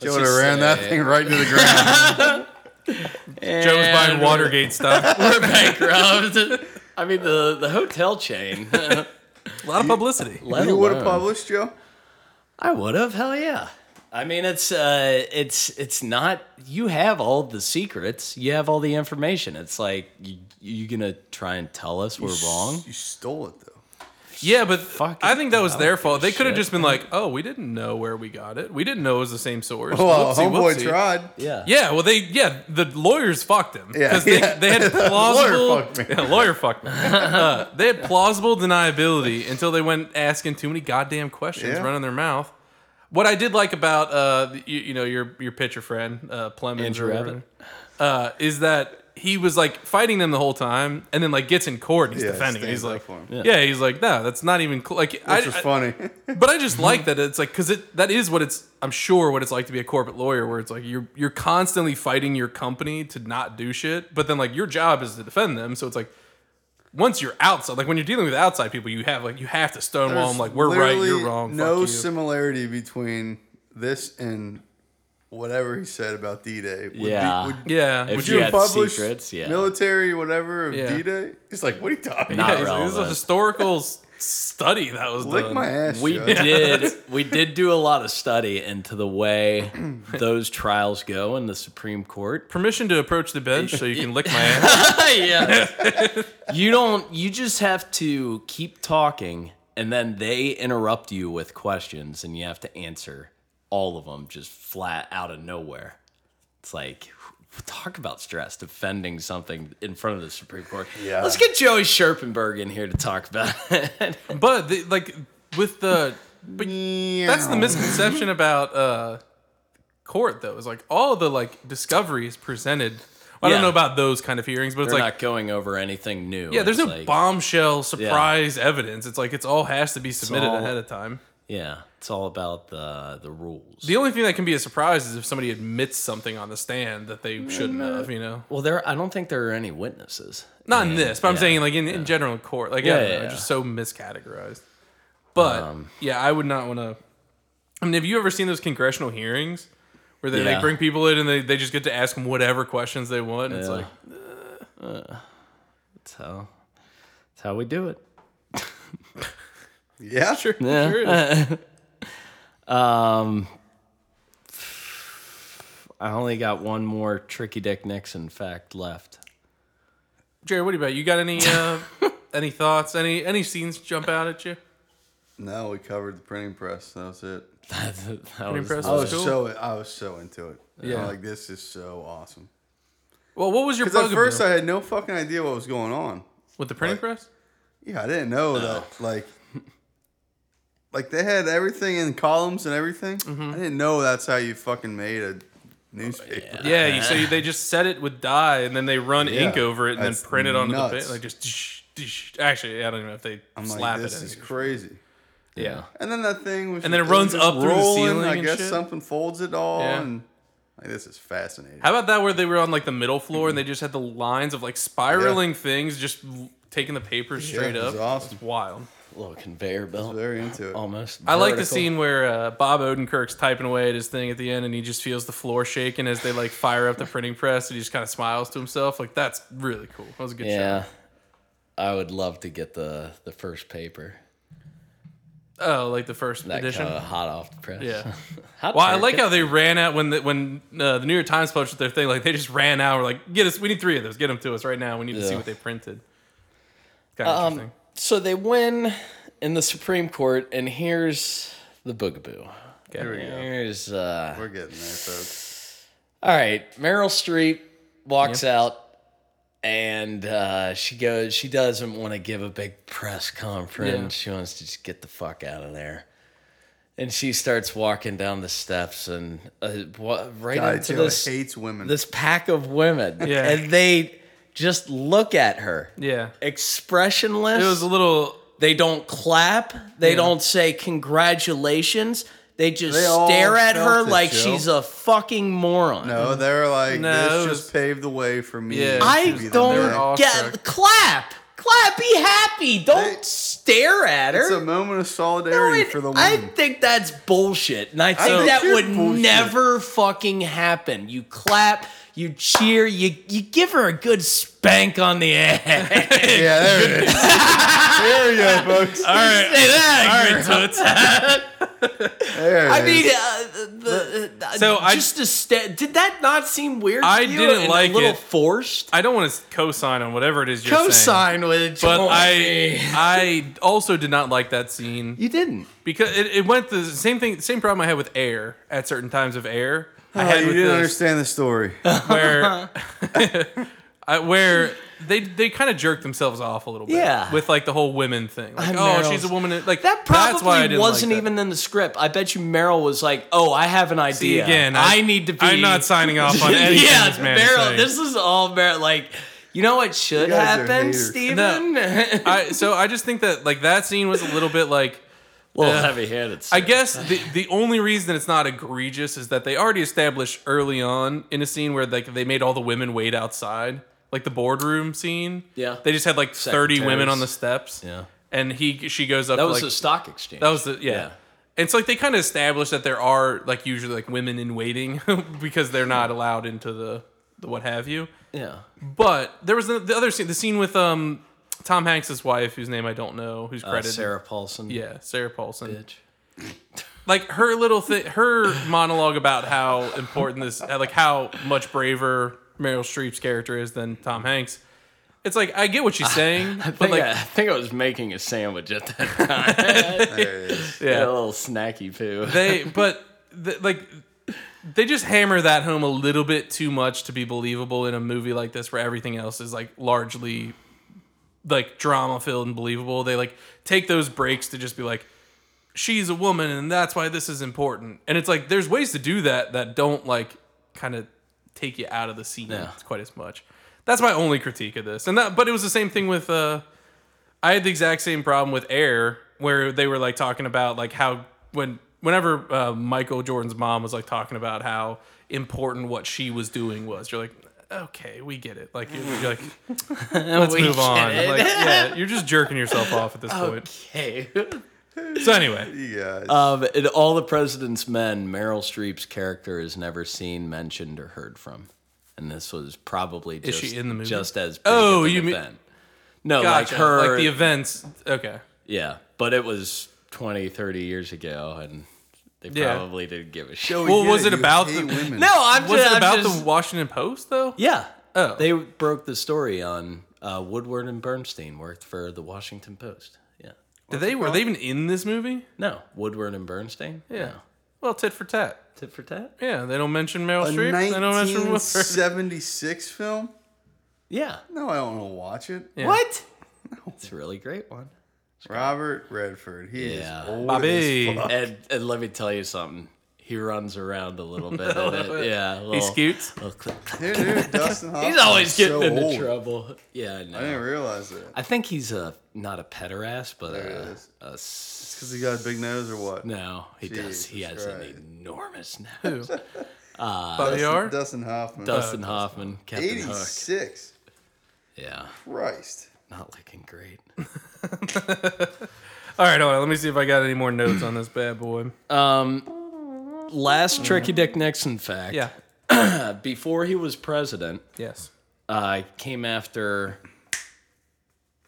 [SPEAKER 2] Joe would have
[SPEAKER 3] just
[SPEAKER 2] ran that
[SPEAKER 3] say-
[SPEAKER 2] thing right to the ground.
[SPEAKER 1] Joe was buying
[SPEAKER 3] And
[SPEAKER 1] Watergate stuff.
[SPEAKER 3] We're bankrupt. I mean, the, the hotel chain.
[SPEAKER 1] A lot of publicity.
[SPEAKER 3] Let
[SPEAKER 2] you would have
[SPEAKER 3] alone-
[SPEAKER 2] published, Joe?
[SPEAKER 3] I would have. Hell yeah. I mean, it's uh, it's it's not. You have all the secrets. You have all the information. It's like you, you gonna try and tell us we're wrong.
[SPEAKER 2] You stole it, though.
[SPEAKER 1] Yeah, but I think that was
[SPEAKER 3] I
[SPEAKER 1] their
[SPEAKER 3] don't
[SPEAKER 1] fault.
[SPEAKER 3] give a
[SPEAKER 1] They could have
[SPEAKER 3] shit.
[SPEAKER 1] just been like, "Oh, we didn't know where we got it. We didn't know it was the same source."
[SPEAKER 2] Well,
[SPEAKER 1] Whoopsie,
[SPEAKER 2] homeboy
[SPEAKER 1] whoopsie."
[SPEAKER 2] tried.
[SPEAKER 3] Yeah.
[SPEAKER 1] Yeah, well, they yeah the lawyers fucked him
[SPEAKER 2] Yeah,
[SPEAKER 1] because
[SPEAKER 2] yeah.
[SPEAKER 1] they, they had
[SPEAKER 2] Lawyer
[SPEAKER 1] plausible
[SPEAKER 2] fucked me.
[SPEAKER 1] Yeah, lawyer fucked me. Uh, they had plausible deniability until they went asking too many goddamn questions,
[SPEAKER 2] Yeah.
[SPEAKER 1] running their mouth. What I did like about uh the- you, you know your your pitcher friend uh, Plemons
[SPEAKER 3] Andrew
[SPEAKER 1] or
[SPEAKER 3] Abbott.
[SPEAKER 1] whatever, uh, is that he was like fighting them the whole time and then like gets in court and he's
[SPEAKER 2] Yeah,
[SPEAKER 1] defending.
[SPEAKER 2] stands
[SPEAKER 1] He's
[SPEAKER 2] up
[SPEAKER 1] like,
[SPEAKER 2] for him.
[SPEAKER 1] yeah. he's like, no, that's not even cl-. like I,
[SPEAKER 2] Which was
[SPEAKER 1] I-
[SPEAKER 2] funny.
[SPEAKER 1] but I
[SPEAKER 2] Mm-hmm.
[SPEAKER 1] just like that it's like because it that is what it's I'm sure what it's like to be a corporate lawyer where it's like you're you're constantly fighting your company to not do shit, but then like your job is to defend them. So it's like once you're outside, like when you're dealing with outside people, you have like you have to stonewall
[SPEAKER 2] There's
[SPEAKER 1] them. Like we're right,
[SPEAKER 2] literally
[SPEAKER 1] you're wrong.
[SPEAKER 2] No
[SPEAKER 1] fuck you.
[SPEAKER 2] similarity between this and whatever he said about D Day.
[SPEAKER 3] Yeah.
[SPEAKER 2] Would,
[SPEAKER 1] yeah,
[SPEAKER 3] If
[SPEAKER 1] would
[SPEAKER 3] you
[SPEAKER 1] you?
[SPEAKER 3] had
[SPEAKER 1] Yeah,
[SPEAKER 2] publish
[SPEAKER 3] secrets, yeah.
[SPEAKER 2] military, whatever of
[SPEAKER 1] Yeah.
[SPEAKER 2] D Day? He's like, what are you talking
[SPEAKER 3] Not
[SPEAKER 2] about?
[SPEAKER 1] it's- this is a
[SPEAKER 3] relevant.
[SPEAKER 1] historical s- study that was
[SPEAKER 2] Lick
[SPEAKER 1] done.
[SPEAKER 2] my ass.
[SPEAKER 3] We
[SPEAKER 2] Joe.
[SPEAKER 3] did we did do a lot of study into the way those trials go in the Supreme Court.
[SPEAKER 1] Permission to approach the bench so you can lick my ass.
[SPEAKER 3] yeah. you don't you just have to keep talking and then they interrupt you with questions and you have to answer all of them just flat out of nowhere. It's like talk about stress defending something in front of the Supreme Court.
[SPEAKER 2] Yeah.
[SPEAKER 3] Let's get Joey Sherpenberg in here to talk about it.
[SPEAKER 1] But the, like with the but That's the misconception about uh, court, though. Is like all the like discoveries presented. I
[SPEAKER 3] Yeah.
[SPEAKER 1] don't know about those kind of hearings, but it's
[SPEAKER 3] We're
[SPEAKER 1] like
[SPEAKER 3] not going over anything new.
[SPEAKER 1] yeah, there's no
[SPEAKER 3] It's like-
[SPEAKER 1] bombshell surprise evidence. It's like it's all has to be submitted
[SPEAKER 3] all-
[SPEAKER 1] ahead of time.
[SPEAKER 3] Yeah, it's all about the the rules.
[SPEAKER 1] The only thing that can be a surprise is if somebody admits something on the stand that they shouldn't
[SPEAKER 3] Mm-hmm.
[SPEAKER 1] have. You know,
[SPEAKER 3] well, there I don't think there are any witnesses.
[SPEAKER 1] not in this, but I'm
[SPEAKER 3] yeah,
[SPEAKER 1] saying like in, in general in court. Like yeah,
[SPEAKER 3] Yeah,
[SPEAKER 1] I don't
[SPEAKER 3] yeah,
[SPEAKER 1] know,
[SPEAKER 3] yeah. Um,
[SPEAKER 1] just so miscategorized. But yeah, I would not want to. I mean, have you ever seen those congressional hearings where they,
[SPEAKER 3] Yeah.
[SPEAKER 1] they bring people in and they, they just get to ask them whatever questions they want? And It's
[SPEAKER 3] Yeah.
[SPEAKER 1] like
[SPEAKER 3] That's how that's how we do it.
[SPEAKER 2] Yeah. Sure.
[SPEAKER 3] Yeah.
[SPEAKER 1] Sure it is.
[SPEAKER 3] Um, I only got one more tricky Dick Nixon fact left.
[SPEAKER 1] Jerry, what about you? You got any uh, any thoughts? Any any scenes jump out at you?
[SPEAKER 2] No, we covered the printing press. That was it.
[SPEAKER 3] that was,
[SPEAKER 1] impressive.
[SPEAKER 2] I was
[SPEAKER 1] cool.
[SPEAKER 2] so I was so into it. Yeah,
[SPEAKER 1] Yeah.
[SPEAKER 2] like this is so awesome.
[SPEAKER 1] Well, what was your
[SPEAKER 2] Because
[SPEAKER 1] bug
[SPEAKER 2] at first I had no fucking idea what was going on.
[SPEAKER 1] with the printing press?
[SPEAKER 2] Yeah, I didn't know that. Like, like they had everything in columns and everything.
[SPEAKER 1] Mm-hmm.
[SPEAKER 2] I didn't know that's how you fucking made a newspaper.
[SPEAKER 1] Yeah, you, so you, they just set it with dye and then they run ink over it and then
[SPEAKER 2] that's
[SPEAKER 1] print it onto the
[SPEAKER 2] nuts.
[SPEAKER 1] pa- like just tsh, tsh. actually I don't even know if they
[SPEAKER 2] I'm
[SPEAKER 1] slap
[SPEAKER 2] like,
[SPEAKER 1] it.
[SPEAKER 2] this
[SPEAKER 1] in.
[SPEAKER 2] is crazy.
[SPEAKER 3] Yeah.
[SPEAKER 2] And then that thing was,
[SPEAKER 1] And then it
[SPEAKER 2] was
[SPEAKER 1] runs
[SPEAKER 2] just
[SPEAKER 1] up through the
[SPEAKER 2] rolling.
[SPEAKER 1] ceiling
[SPEAKER 2] I
[SPEAKER 1] and
[SPEAKER 2] guess
[SPEAKER 1] shit.
[SPEAKER 2] something folds it all,
[SPEAKER 1] Yeah.
[SPEAKER 2] and like this is fascinating.
[SPEAKER 1] How about that where they were on like the middle floor
[SPEAKER 3] Mm-hmm.
[SPEAKER 1] and they just had the lines of like spiraling things just l- taking the paper straight
[SPEAKER 2] it
[SPEAKER 1] up?
[SPEAKER 2] was awesome.
[SPEAKER 1] It's wild.
[SPEAKER 3] little conveyor belt.
[SPEAKER 2] Very into it.
[SPEAKER 3] Almost.
[SPEAKER 1] I like the
[SPEAKER 3] vertical.
[SPEAKER 1] scene where uh, Bob Odenkirk's typing away at his thing at the end and he just feels the floor shaking as they like fire up the printing press and he just kind of smiles to himself. Like that's really cool. That was a good
[SPEAKER 3] Yeah. I would love to get the the first paper
[SPEAKER 1] shot. Oh, like the first
[SPEAKER 3] that
[SPEAKER 1] edition.
[SPEAKER 3] kinda hot off the press.
[SPEAKER 1] Yeah.
[SPEAKER 3] Hot
[SPEAKER 1] Well, I
[SPEAKER 3] take.
[SPEAKER 1] like how they ran out when the, when uh, the New York Times posted their thing. Like they just ran out. We're like, get us. We need three of those. Get them to us right now. We need to see
[SPEAKER 3] Yeah.
[SPEAKER 1] what they printed. Kind of interesting.
[SPEAKER 3] Um, So they win in the Supreme Court, and here's the boogaboo.
[SPEAKER 1] Okay.
[SPEAKER 3] Here's uh,
[SPEAKER 2] We're getting there, folks.
[SPEAKER 3] all right. Meryl Streep walks out, and uh, she goes. She doesn't want to give a big press conference. She wants to just get the fuck out of there. And she starts walking down the steps, and uh, wa- right
[SPEAKER 2] God,
[SPEAKER 3] into
[SPEAKER 2] Joe
[SPEAKER 3] this
[SPEAKER 2] hates women.
[SPEAKER 3] this pack of women,
[SPEAKER 1] Yeah.
[SPEAKER 3] and they just look at her,
[SPEAKER 1] Yeah.
[SPEAKER 3] expressionless.
[SPEAKER 1] It was a little
[SPEAKER 3] They don't clap. They
[SPEAKER 1] Yeah.
[SPEAKER 3] don't say congratulations. They just
[SPEAKER 2] They all
[SPEAKER 3] stare at her
[SPEAKER 2] felt it,
[SPEAKER 3] like
[SPEAKER 2] Joe.
[SPEAKER 3] she's a fucking moron.
[SPEAKER 2] No, they're like
[SPEAKER 1] No,
[SPEAKER 2] this
[SPEAKER 1] it was-
[SPEAKER 2] just paved the way for me.
[SPEAKER 1] Yeah.
[SPEAKER 2] to
[SPEAKER 3] I
[SPEAKER 2] be the
[SPEAKER 1] They're
[SPEAKER 2] man."
[SPEAKER 1] all
[SPEAKER 3] don't
[SPEAKER 1] shook.
[SPEAKER 3] get clap, clap, be happy. Don't
[SPEAKER 2] They-
[SPEAKER 3] stare at her.
[SPEAKER 2] It's a moment of
[SPEAKER 3] No,
[SPEAKER 2] solidarity
[SPEAKER 3] it-
[SPEAKER 2] for the
[SPEAKER 3] I
[SPEAKER 2] woman.
[SPEAKER 3] think that's bullshit, and I think
[SPEAKER 2] don't
[SPEAKER 3] that
[SPEAKER 2] think
[SPEAKER 3] would
[SPEAKER 2] it's bullshit.
[SPEAKER 3] never fucking happen. You clap, you cheer, you you give her a good spank on the ass.
[SPEAKER 2] yeah, there it is. there you go, folks.
[SPEAKER 3] All right, say that, good toots.
[SPEAKER 2] There it
[SPEAKER 3] I mean,
[SPEAKER 2] is.
[SPEAKER 3] uh, the, the, uh,
[SPEAKER 1] So I-
[SPEAKER 3] just to sta- did that not seem weird?
[SPEAKER 1] I
[SPEAKER 3] to you
[SPEAKER 1] didn't
[SPEAKER 3] and
[SPEAKER 1] like
[SPEAKER 3] a little
[SPEAKER 1] it.
[SPEAKER 3] forced.
[SPEAKER 1] I don't want to co-sign on whatever it is you're saying.
[SPEAKER 3] Co-sign with,
[SPEAKER 1] But
[SPEAKER 3] Johnny.
[SPEAKER 1] I, I also did not like that scene.
[SPEAKER 3] you didn't.
[SPEAKER 1] because it, it went the same thing same problem I had with air at certain times of air I
[SPEAKER 2] Oh,
[SPEAKER 1] had
[SPEAKER 2] you
[SPEAKER 1] with
[SPEAKER 2] didn't
[SPEAKER 1] this
[SPEAKER 2] understand the story.
[SPEAKER 1] where I, where they they kind of jerk themselves off a little bit
[SPEAKER 3] Yeah.
[SPEAKER 1] with like the whole women thing like
[SPEAKER 3] And
[SPEAKER 1] oh
[SPEAKER 3] Meryl's-
[SPEAKER 1] she's a woman and- like
[SPEAKER 3] That
[SPEAKER 1] that's why I
[SPEAKER 3] probably
[SPEAKER 1] didn't like
[SPEAKER 3] wasn't
[SPEAKER 1] that.
[SPEAKER 3] even in the script. I bet you Meryl was like, "Oh, I have an idea.
[SPEAKER 1] See, again
[SPEAKER 3] I, need to be."
[SPEAKER 1] I'm not signing off on anything
[SPEAKER 3] yeah,
[SPEAKER 1] this man is
[SPEAKER 3] Meryl.
[SPEAKER 1] saying.
[SPEAKER 3] This is all Meryl. Like, you know what should
[SPEAKER 2] You guys are
[SPEAKER 3] happen,
[SPEAKER 2] haters.
[SPEAKER 3] Steven?
[SPEAKER 1] I, so I just think that like that scene was a little bit like
[SPEAKER 3] well,
[SPEAKER 1] uh,
[SPEAKER 3] headed.
[SPEAKER 1] I guess the the only reason it's not egregious is that they already established early on in a scene where like they made all the women wait outside, like the boardroom scene.
[SPEAKER 3] Yeah.
[SPEAKER 1] they just had like thirty women
[SPEAKER 3] Secretaries.
[SPEAKER 1] on the steps.
[SPEAKER 3] Yeah.
[SPEAKER 1] and he she goes up.
[SPEAKER 3] that
[SPEAKER 1] to,
[SPEAKER 3] was
[SPEAKER 1] like,
[SPEAKER 3] a stock exchange.
[SPEAKER 1] that was the yeah.
[SPEAKER 3] yeah.
[SPEAKER 1] And so like they kind of established that there are like usually like women in waiting because they're not allowed into the the what have you.
[SPEAKER 3] yeah.
[SPEAKER 1] But there was the, the other scene, the scene with um Tom Hanks's wife, whose name I don't know, who's
[SPEAKER 3] Uh,
[SPEAKER 1] credited.
[SPEAKER 3] Sarah Paulson.
[SPEAKER 1] Yeah, Sarah Paulson
[SPEAKER 3] Bitch.
[SPEAKER 1] like her little thing, her monologue about how important this, like how much braver Meryl Streep's character is than Tom Hanks. It's like I get what she's saying,
[SPEAKER 4] I
[SPEAKER 1] but
[SPEAKER 4] think,
[SPEAKER 1] like,
[SPEAKER 4] I, I think I was making a sandwich at that time.
[SPEAKER 2] There it is.
[SPEAKER 1] yeah,
[SPEAKER 4] a little snacky poo.
[SPEAKER 1] they, but th- like, they just hammer that home a little bit too much to be believable in a movie like this, where everything else is like largely like drama filled and believable. They like take those breaks to just be like. She's a woman, and that's why this is important. And it's like there's ways to do that that don't like kind of take you out of the scene quite as much. That's my only critique of this. And that, but it was the same thing with. Uh, I had the exact same problem with Air, where they were like talking about like how when whenever uh, Michael Jordan's mom was like talking about how important what she was doing was, you're like, okay, we get it. Like you're, you're like, let's
[SPEAKER 3] We
[SPEAKER 1] move
[SPEAKER 3] get
[SPEAKER 1] on.
[SPEAKER 3] it.
[SPEAKER 1] Like, yeah, you're just jerking yourself off at this point.
[SPEAKER 3] Okay.
[SPEAKER 1] So anyway,
[SPEAKER 2] You guys.
[SPEAKER 3] Um, in all the President's Men, Meryl Streep's character is never seen, mentioned, or heard from, and this was probably just,
[SPEAKER 1] she in the movie?
[SPEAKER 3] just as big
[SPEAKER 1] Oh,
[SPEAKER 3] of an
[SPEAKER 1] you mean-
[SPEAKER 3] event. no,
[SPEAKER 1] gotcha.
[SPEAKER 3] like her,
[SPEAKER 1] like the events. Okay.
[SPEAKER 3] yeah, but it was 20, 30 years ago, and they
[SPEAKER 1] Yeah.
[SPEAKER 3] probably didn't give a shit.
[SPEAKER 2] Joey,
[SPEAKER 1] well,
[SPEAKER 2] get
[SPEAKER 1] was it
[SPEAKER 2] You
[SPEAKER 1] about
[SPEAKER 2] hate
[SPEAKER 1] the-
[SPEAKER 2] women?
[SPEAKER 3] No, I'm
[SPEAKER 1] Was
[SPEAKER 3] just
[SPEAKER 1] it about
[SPEAKER 3] I'm just,
[SPEAKER 1] the Washington Post though?
[SPEAKER 3] yeah.
[SPEAKER 1] Oh.
[SPEAKER 3] they broke the story on uh, Woodward and Bernstein worked for the Washington Post. Yeah,
[SPEAKER 1] Did they were they even in this movie?
[SPEAKER 3] no, Woodward and Bernstein.
[SPEAKER 1] Yeah. Well, tit for tat.
[SPEAKER 3] Tit for tat.
[SPEAKER 1] Yeah, they don't mention Meryl
[SPEAKER 2] A
[SPEAKER 1] Streep. They don't mention Woodward.
[SPEAKER 2] 1976 film?
[SPEAKER 3] Yeah.
[SPEAKER 2] No, I don't want to watch it.
[SPEAKER 1] Yeah.
[SPEAKER 3] What? It's a really great one.
[SPEAKER 2] Robert Redford. He
[SPEAKER 3] Yeah.
[SPEAKER 2] is old
[SPEAKER 1] Bobby.
[SPEAKER 2] as fuck.
[SPEAKER 3] And, and let me tell you something. He runs around a little bit. in it. Yeah. a
[SPEAKER 1] He
[SPEAKER 3] little-
[SPEAKER 1] scoots.
[SPEAKER 3] little click, click.
[SPEAKER 2] Dude, dude, Dustin Hoffman.
[SPEAKER 3] He's always
[SPEAKER 2] is
[SPEAKER 3] getting
[SPEAKER 2] so
[SPEAKER 3] into
[SPEAKER 2] old.
[SPEAKER 3] trouble. Yeah, I
[SPEAKER 2] I didn't
[SPEAKER 3] know.
[SPEAKER 2] realize that.
[SPEAKER 3] I think he's a not a pederast, but
[SPEAKER 2] There it
[SPEAKER 3] a,
[SPEAKER 2] is.
[SPEAKER 3] a s-
[SPEAKER 2] Because he got a big nose or what?
[SPEAKER 3] no. He does. He
[SPEAKER 2] Jesus
[SPEAKER 3] has
[SPEAKER 2] Christ.
[SPEAKER 3] an enormous nose.
[SPEAKER 1] Bobby R.
[SPEAKER 2] Dustin Hoffman.
[SPEAKER 3] Dustin Hoffman, Captain Hook.
[SPEAKER 2] 86.
[SPEAKER 3] Yeah,
[SPEAKER 2] Christ.
[SPEAKER 3] not looking great.
[SPEAKER 1] All right, hold on. Let me see if I got any more notes on this bad boy.
[SPEAKER 3] Um, last tricky Dick Nixon fact.
[SPEAKER 1] Yeah.
[SPEAKER 3] Uh, before he was president,
[SPEAKER 1] Yes.
[SPEAKER 3] uh, came after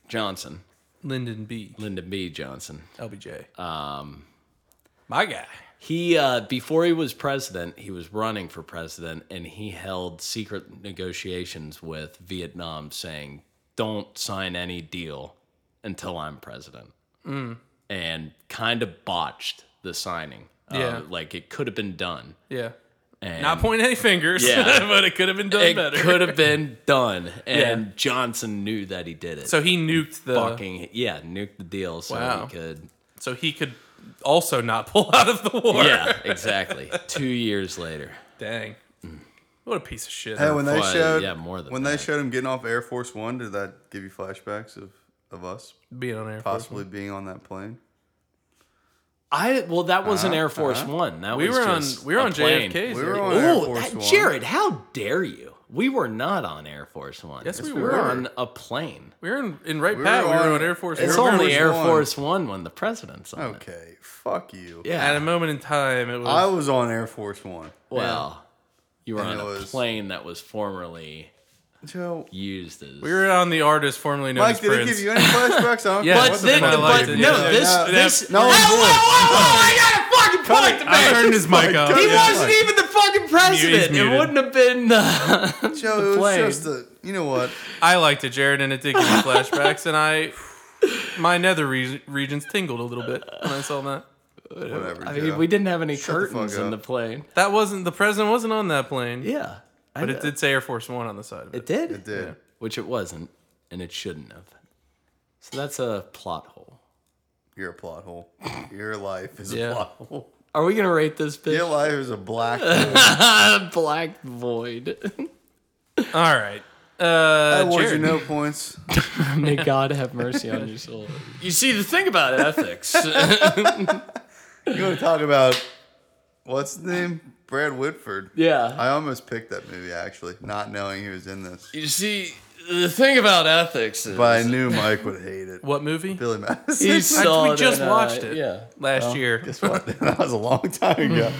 [SPEAKER 3] Johnson,
[SPEAKER 1] Lyndon B.
[SPEAKER 3] Lyndon B. Johnson.
[SPEAKER 1] LBJ. Um, my guy.
[SPEAKER 3] He uh, before he was president, he was running for president, and he held secret negotiations with Vietnam, saying, "Don't sign any deal until I'm president,"
[SPEAKER 1] Mm.
[SPEAKER 3] and kind of botched the signing. Uh,
[SPEAKER 1] Yeah.
[SPEAKER 3] like it could have been done.
[SPEAKER 1] Yeah.
[SPEAKER 3] And
[SPEAKER 1] Not pointing any fingers.
[SPEAKER 3] Yeah.
[SPEAKER 1] but it could have been done
[SPEAKER 3] it
[SPEAKER 1] better.
[SPEAKER 3] could have been done, and
[SPEAKER 1] Yeah.
[SPEAKER 3] Johnson knew that he did it.
[SPEAKER 1] So he nuked the.
[SPEAKER 3] fucking yeah, nuked the deal so
[SPEAKER 1] Wow.
[SPEAKER 3] he could.
[SPEAKER 1] So he could also not pull out of the war.
[SPEAKER 3] Yeah, exactly. Two years later.
[SPEAKER 1] Dang. What a piece of shit.
[SPEAKER 2] Hey, when they
[SPEAKER 3] Well,
[SPEAKER 2] showed
[SPEAKER 3] yeah, more than
[SPEAKER 2] when they
[SPEAKER 3] that.
[SPEAKER 2] showed him getting off Air Force One, did that give you flashbacks of, of us
[SPEAKER 1] Being on air.
[SPEAKER 2] possibly being on that plane?
[SPEAKER 3] I well, that was an Air Force One. That
[SPEAKER 1] Uh-huh, We
[SPEAKER 3] was
[SPEAKER 1] were on
[SPEAKER 3] just
[SPEAKER 1] we were
[SPEAKER 3] a
[SPEAKER 1] on
[SPEAKER 3] plane.
[SPEAKER 1] JFK's.
[SPEAKER 2] We were
[SPEAKER 1] airplane.
[SPEAKER 2] on Air
[SPEAKER 3] Oh,
[SPEAKER 2] Force
[SPEAKER 3] that-
[SPEAKER 2] One.
[SPEAKER 3] Jared, how dare you? We were not on Air Force One.
[SPEAKER 1] Yes, we
[SPEAKER 3] we
[SPEAKER 1] were.
[SPEAKER 3] on a plane.
[SPEAKER 1] we were in, in right pat. We
[SPEAKER 2] on-
[SPEAKER 1] were on Air Force.
[SPEAKER 3] It's
[SPEAKER 2] Air
[SPEAKER 1] One.
[SPEAKER 3] only
[SPEAKER 2] Force
[SPEAKER 3] Air
[SPEAKER 2] One.
[SPEAKER 3] Force One when the president's on. It.
[SPEAKER 2] Okay, fuck you.
[SPEAKER 3] Yeah.
[SPEAKER 1] At a moment in time, it was.
[SPEAKER 2] I was on Air Force One.
[SPEAKER 3] Well, you were
[SPEAKER 2] And
[SPEAKER 3] on
[SPEAKER 2] it
[SPEAKER 3] a
[SPEAKER 2] was-
[SPEAKER 3] plane that was formerly
[SPEAKER 2] Joe,
[SPEAKER 3] used as.
[SPEAKER 1] we were on the artist formerly known
[SPEAKER 2] Mike,
[SPEAKER 1] as
[SPEAKER 2] did
[SPEAKER 1] Prince.
[SPEAKER 2] it give you any flashbacks? I don't
[SPEAKER 1] Yeah.
[SPEAKER 2] care
[SPEAKER 1] But
[SPEAKER 2] what the
[SPEAKER 1] then-
[SPEAKER 2] fuck
[SPEAKER 1] but
[SPEAKER 2] I liked it.
[SPEAKER 1] no,
[SPEAKER 2] Yeah,
[SPEAKER 1] this-
[SPEAKER 2] yeah.
[SPEAKER 1] this-
[SPEAKER 2] No,
[SPEAKER 3] Hey,
[SPEAKER 2] I'm
[SPEAKER 3] whoa, whoa,
[SPEAKER 2] bored.
[SPEAKER 3] whoa, I got a fucking point to
[SPEAKER 1] I
[SPEAKER 3] make.
[SPEAKER 1] turned his mic off.
[SPEAKER 2] He
[SPEAKER 3] He
[SPEAKER 2] Yeah.
[SPEAKER 3] wasn't even the fucking president. It
[SPEAKER 1] muted.
[SPEAKER 3] wouldn't have been. Uh,
[SPEAKER 2] Joe,
[SPEAKER 3] the
[SPEAKER 2] it was
[SPEAKER 3] plane.
[SPEAKER 2] just a. You know what?
[SPEAKER 1] I liked it, Jared, and it did give me flashbacks, and I, my nether re- regions tingled a little bit when I saw that.
[SPEAKER 2] Whatever.
[SPEAKER 3] I mean,
[SPEAKER 2] Joe.
[SPEAKER 3] we didn't have any
[SPEAKER 2] the
[SPEAKER 3] curtains
[SPEAKER 2] fuck
[SPEAKER 3] in the
[SPEAKER 2] up.
[SPEAKER 3] plane.
[SPEAKER 1] That wasn't the president wasn't on that plane,
[SPEAKER 3] Yeah, I
[SPEAKER 1] but it
[SPEAKER 3] know.
[SPEAKER 1] did say Air Force One on the side of it.
[SPEAKER 3] It did.
[SPEAKER 2] It did.
[SPEAKER 3] Which it wasn't, and it shouldn't have. So that's a plot hole.
[SPEAKER 2] You're a plot hole. Your life is
[SPEAKER 1] Yeah.
[SPEAKER 2] a plot hole.
[SPEAKER 3] Are we gonna rate this
[SPEAKER 2] Your
[SPEAKER 3] bitch?
[SPEAKER 2] life is a black hole.
[SPEAKER 3] Black void.
[SPEAKER 1] All right, uh,
[SPEAKER 2] Awards you
[SPEAKER 1] Jared,
[SPEAKER 2] no points.
[SPEAKER 3] May God have mercy on your soul.
[SPEAKER 4] You see, the thing about ethics,
[SPEAKER 2] You want to talk about what's his name? Brad Whitford.
[SPEAKER 4] yeah.
[SPEAKER 2] I almost picked that movie actually, not knowing he was in this,
[SPEAKER 4] You see, the thing about ethics is
[SPEAKER 2] but I knew Mike would hate it.
[SPEAKER 1] what movie?
[SPEAKER 2] Billy Madison.
[SPEAKER 4] you
[SPEAKER 1] I-
[SPEAKER 4] saw
[SPEAKER 1] we
[SPEAKER 4] it
[SPEAKER 1] just
[SPEAKER 4] in, uh,
[SPEAKER 1] watched it
[SPEAKER 4] Yeah.
[SPEAKER 1] last year.
[SPEAKER 2] Guess what? That was a long time ago.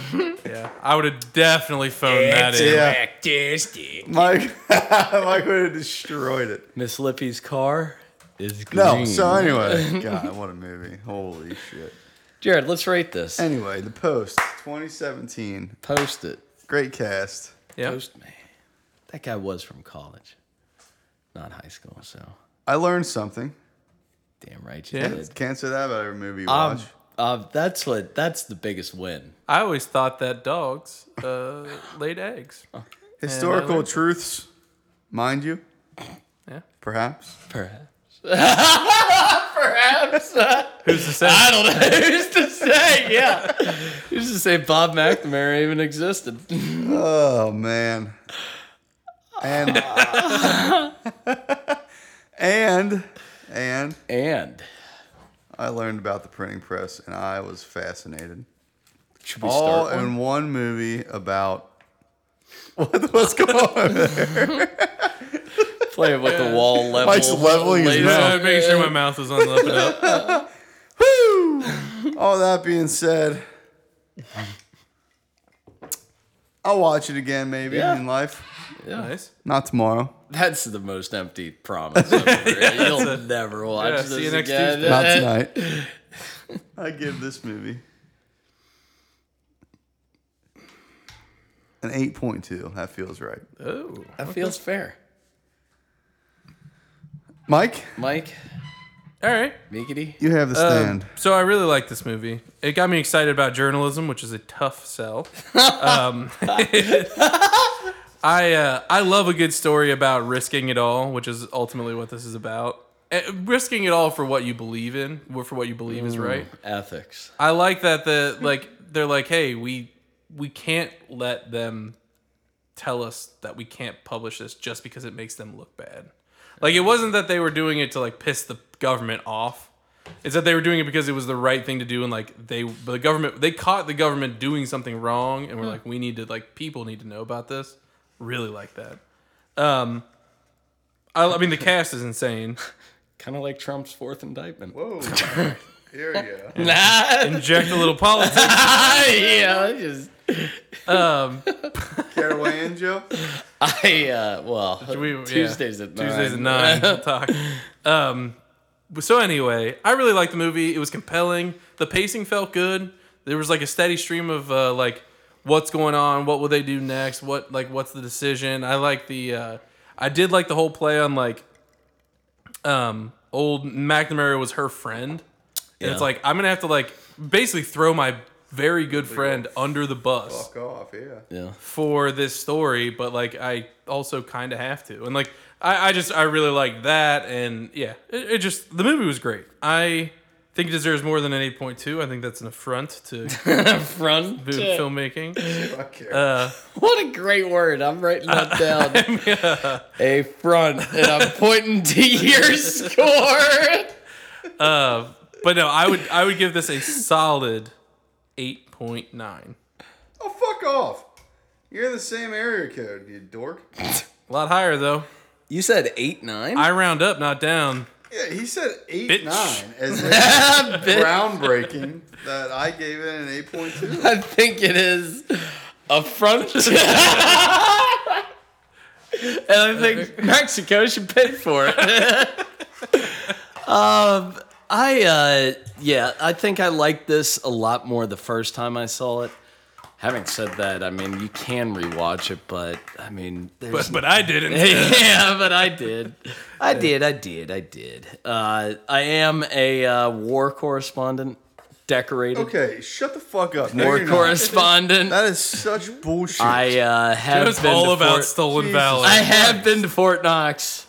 [SPEAKER 1] Yeah, I would have definitely phoned that in.
[SPEAKER 2] yeah, Mike. Mike would have destroyed it.
[SPEAKER 3] Miss Lippy's car is green.
[SPEAKER 2] No. So anyway, God, what a movie! Holy shit.
[SPEAKER 3] Jared, let's rate this.
[SPEAKER 2] Anyway, The Post, 2017.
[SPEAKER 3] Post it.
[SPEAKER 2] Great cast.
[SPEAKER 1] Yeah.
[SPEAKER 3] Post me. That guy was from college, not high school. So
[SPEAKER 2] I learned something.
[SPEAKER 3] damn right you
[SPEAKER 1] Yeah.
[SPEAKER 3] did.
[SPEAKER 2] Can't say that about every movie you
[SPEAKER 3] Um,
[SPEAKER 2] watch.
[SPEAKER 3] uh, that's what. That's the biggest win.
[SPEAKER 1] I always thought that dogs uh, laid eggs. and I
[SPEAKER 2] Historical
[SPEAKER 1] learned-
[SPEAKER 2] truths, mind you.
[SPEAKER 1] Yeah.
[SPEAKER 2] Perhaps.
[SPEAKER 3] Perhaps.
[SPEAKER 1] Who's to say?
[SPEAKER 3] I don't know who's to say. Yeah, who's to say Bob McNamara even existed?
[SPEAKER 2] Oh man. And uh, and and
[SPEAKER 3] And
[SPEAKER 2] I learned about the printing press and I was fascinated.
[SPEAKER 3] should we
[SPEAKER 2] All
[SPEAKER 3] start?
[SPEAKER 2] in
[SPEAKER 3] one?
[SPEAKER 2] one movie about what, what's going on?
[SPEAKER 3] Play it with the wall level.
[SPEAKER 2] Mike's leveling his
[SPEAKER 3] laser.
[SPEAKER 1] No, I was making sure my mouth was on the up and up.
[SPEAKER 2] Woo! All that being said, I'll watch it again maybe
[SPEAKER 3] Yeah.
[SPEAKER 2] in life.
[SPEAKER 1] Nice.
[SPEAKER 2] Not tomorrow.
[SPEAKER 3] That's the most empty promise. I've ever heard. You'll never watch
[SPEAKER 1] Yeah,
[SPEAKER 3] this
[SPEAKER 1] see you next
[SPEAKER 3] again.
[SPEAKER 1] Tuesday.
[SPEAKER 2] Not tonight. I give this movie an 8.2. That feels right.
[SPEAKER 1] Oh.
[SPEAKER 3] That feels fair.
[SPEAKER 2] Mike,
[SPEAKER 3] Mike,
[SPEAKER 1] All right.
[SPEAKER 3] Miggity.
[SPEAKER 2] you have the stand.
[SPEAKER 1] Um, so I really like this movie. It got me excited about journalism, which is a tough sell. Um, I uh, I love a good story about risking it all, which is ultimately what this is about. Eh, risking it all for what you believe in, for what you believe
[SPEAKER 3] Mm.
[SPEAKER 1] is right.
[SPEAKER 3] Ethics.
[SPEAKER 1] I like that the like they're like, hey, we we can't let them tell us that we can't publish this just because it makes them look bad. Like it wasn't that they were doing it to like piss the government off. It's that they were doing it because it was the right thing to do and like they the government they caught the government doing something wrong and we're like, we need to like people need to know about this. Really like that. Um I, I mean the cast is insane.
[SPEAKER 3] Kind of like Trump's fourth indictment.
[SPEAKER 2] Whoa. oh, Here we go.
[SPEAKER 3] yeah,
[SPEAKER 1] Inject a little politics.
[SPEAKER 3] I just,
[SPEAKER 1] Um
[SPEAKER 2] Caraway and Joe.
[SPEAKER 3] I, uh, well,
[SPEAKER 1] we- yeah.
[SPEAKER 3] Tuesdays at nine.
[SPEAKER 1] Tuesdays at nine. We'll talk. Um, so anyway, I really liked the movie. It was compelling. The pacing felt good. There was like a steady stream of uh, like what's going on, what will they do next, what like what's the decision. I like the. Uh, I did like the whole play on like, um, old McNamara was her friend, and
[SPEAKER 3] Yeah.
[SPEAKER 1] it's like I'm gonna have to like basically throw my very good friend under the bus
[SPEAKER 2] Fuck off, yeah.
[SPEAKER 3] Yeah.
[SPEAKER 1] for this story, but like I also kind of have to. And like I, I just I really like that, and yeah, it, it just the movie was great. I think it deserves more than an eight point two. I think that's an affront to
[SPEAKER 3] Front.
[SPEAKER 1] boom filmmaking.
[SPEAKER 2] Fuck yeah.
[SPEAKER 3] What a great word. I'm writing that down. A front. And I'm pointing to your score.
[SPEAKER 1] But no, I would I would give this a solid 8.9.
[SPEAKER 2] Oh, fuck off. You're in the same area code, you dork.
[SPEAKER 1] A lot higher, though.
[SPEAKER 3] You said eight nine.
[SPEAKER 1] I round up, not down.
[SPEAKER 2] Yeah, he said eight
[SPEAKER 1] Bitch.
[SPEAKER 2] nine as if it's groundbreaking that I gave it an eight point two.
[SPEAKER 4] I think it is a front. and I think Mexico should pay for it.
[SPEAKER 3] Um, I uh, yeah, I think I liked this a lot more the first time I saw it. Having said that, I mean you can rewatch it, but I mean, there's
[SPEAKER 1] But, but I didn't.
[SPEAKER 3] yeah, but I did, I did, I did, I did. Uh, I am a uh, war correspondent, decorated
[SPEAKER 2] Okay, shut the fuck up. No,
[SPEAKER 3] war
[SPEAKER 2] you're not.
[SPEAKER 3] correspondent.
[SPEAKER 2] That is such bullshit.
[SPEAKER 3] I uh, have
[SPEAKER 1] It was
[SPEAKER 3] been
[SPEAKER 1] all
[SPEAKER 3] to
[SPEAKER 1] about
[SPEAKER 3] Fort-
[SPEAKER 1] Stolen
[SPEAKER 2] Jesus.
[SPEAKER 1] Valor.
[SPEAKER 3] I have been to Fort Knox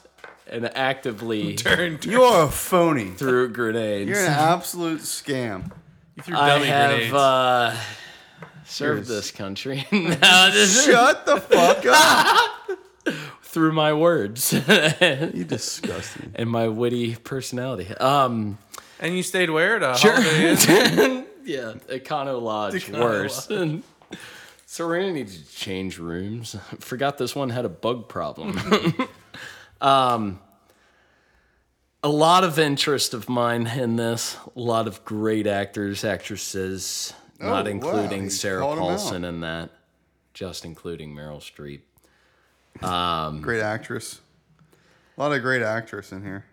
[SPEAKER 3] and actively
[SPEAKER 1] Turn, turn.
[SPEAKER 2] you are a phony.
[SPEAKER 3] threw grenades.
[SPEAKER 2] You're an absolute scam.
[SPEAKER 1] You threw
[SPEAKER 3] I
[SPEAKER 1] dummy
[SPEAKER 3] have
[SPEAKER 1] grenades.
[SPEAKER 3] uh, served
[SPEAKER 2] Cheers.
[SPEAKER 3] this country now this is
[SPEAKER 2] Shut the fuck up.
[SPEAKER 3] through my words and
[SPEAKER 2] You disgusting.
[SPEAKER 3] my witty personality. Um,
[SPEAKER 1] and you stayed where? At a
[SPEAKER 3] sure.
[SPEAKER 1] Holiday Inn?
[SPEAKER 3] yeah, Econo Lodge
[SPEAKER 1] Econo
[SPEAKER 3] worse. so we're gonna need to change rooms. Forgot this one had a bug problem. um, a lot of interest of mine in this. A lot of great actors, actresses, not
[SPEAKER 2] wow,
[SPEAKER 3] including
[SPEAKER 2] he
[SPEAKER 3] Sarah
[SPEAKER 2] called 'em out.
[SPEAKER 3] Paulson in that, just including Meryl Streep.
[SPEAKER 2] Great actress. A lot of great actress in here.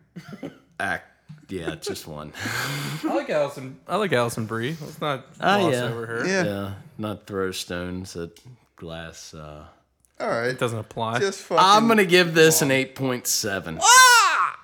[SPEAKER 3] Act, yeah, just one.
[SPEAKER 1] I like Allison. I like Allison Brie. Let's not
[SPEAKER 3] Ah,
[SPEAKER 1] gloss
[SPEAKER 3] yeah.
[SPEAKER 1] over her.
[SPEAKER 2] Yeah.
[SPEAKER 3] Yeah, Uh, not throw stones at glass. Uh,
[SPEAKER 2] All right.
[SPEAKER 1] Doesn't apply.
[SPEAKER 2] Just fucking. Ah!
[SPEAKER 3] I'm gonna give this an 8.7.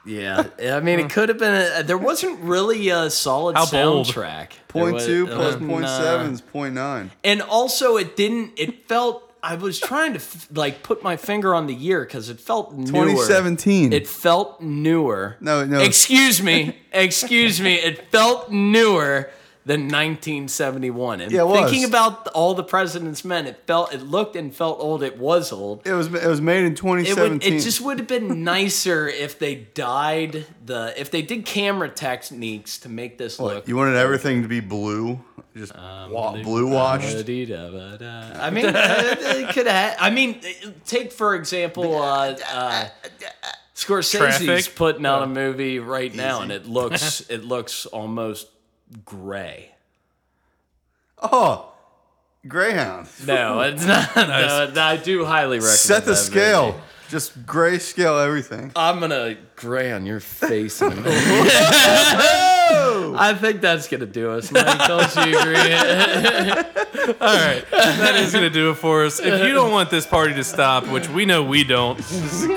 [SPEAKER 3] Yeah, I mean it could have been. A, there wasn't really a solid
[SPEAKER 1] How bold.
[SPEAKER 3] soundtrack. There
[SPEAKER 2] Point
[SPEAKER 3] was-
[SPEAKER 2] two
[SPEAKER 3] there
[SPEAKER 2] plus
[SPEAKER 3] wasn't,
[SPEAKER 2] point
[SPEAKER 3] uh,
[SPEAKER 2] seven is point nine.
[SPEAKER 3] And also, it didn't. It felt. I was trying to f- like put my finger on the year because it felt newer.
[SPEAKER 2] 2017.
[SPEAKER 3] It felt newer.
[SPEAKER 2] No, no.
[SPEAKER 3] Excuse me. Excuse me. It felt newer than 1971. And
[SPEAKER 2] Yeah, it was.
[SPEAKER 3] thinking about all the President's Men, it felt, it looked and felt old. It was old.
[SPEAKER 2] It was it was made in
[SPEAKER 3] It would,
[SPEAKER 2] 2017.
[SPEAKER 3] it just would have been nicer if they dyed the, if they did camera techniques to make this look.
[SPEAKER 2] you wanted everything to be blue, just
[SPEAKER 1] Um,
[SPEAKER 2] wa-
[SPEAKER 1] uh,
[SPEAKER 2] blue washed.
[SPEAKER 3] I mean, uh, it could have. I mean, take for example, uh, uh, Scorsese's
[SPEAKER 1] Traffic.
[SPEAKER 3] putting out a movie right now, and it looks it looks almost gray.
[SPEAKER 2] Oh, Greyhound.
[SPEAKER 3] No, it's not. No, I do highly recommend.
[SPEAKER 2] Set the
[SPEAKER 3] that
[SPEAKER 2] scale.
[SPEAKER 3] movie.
[SPEAKER 2] Just grayscale everything.
[SPEAKER 3] I'm gonna gray on your face. In a minute. I think that's gonna do us. Mike, don't you agree?
[SPEAKER 1] All right, that is gonna do it for us. If you don't want this party to stop, which we know we don't,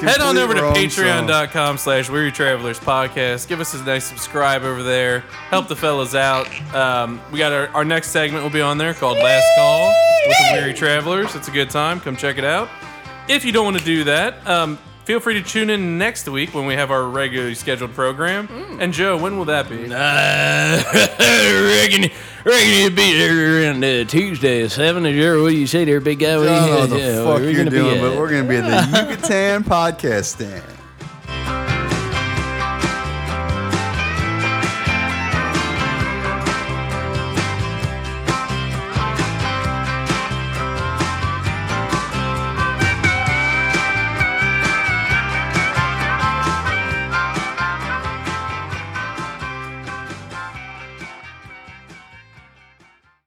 [SPEAKER 1] head on over to patreon.com slash weary travelers podcast give us a nice subscribe over there help the fellas out um, we got our, our next segment will be on there called last call with the weary travelers it's a good time come check it out if you don't want to do that um, feel free to tune in next week when we have our regularly scheduled program and joe when will that be
[SPEAKER 3] Uh, reckon, reckon you'd be there around uh, Tuesday at seven. Is there what do you say there, big guy? What
[SPEAKER 2] I
[SPEAKER 3] do you-
[SPEAKER 2] don't know what the
[SPEAKER 3] yeah,
[SPEAKER 2] fuck
[SPEAKER 3] we're
[SPEAKER 2] you're
[SPEAKER 3] gonna be
[SPEAKER 2] doing,
[SPEAKER 3] at-
[SPEAKER 2] but we're gonna be at the Yucatan podcast stand.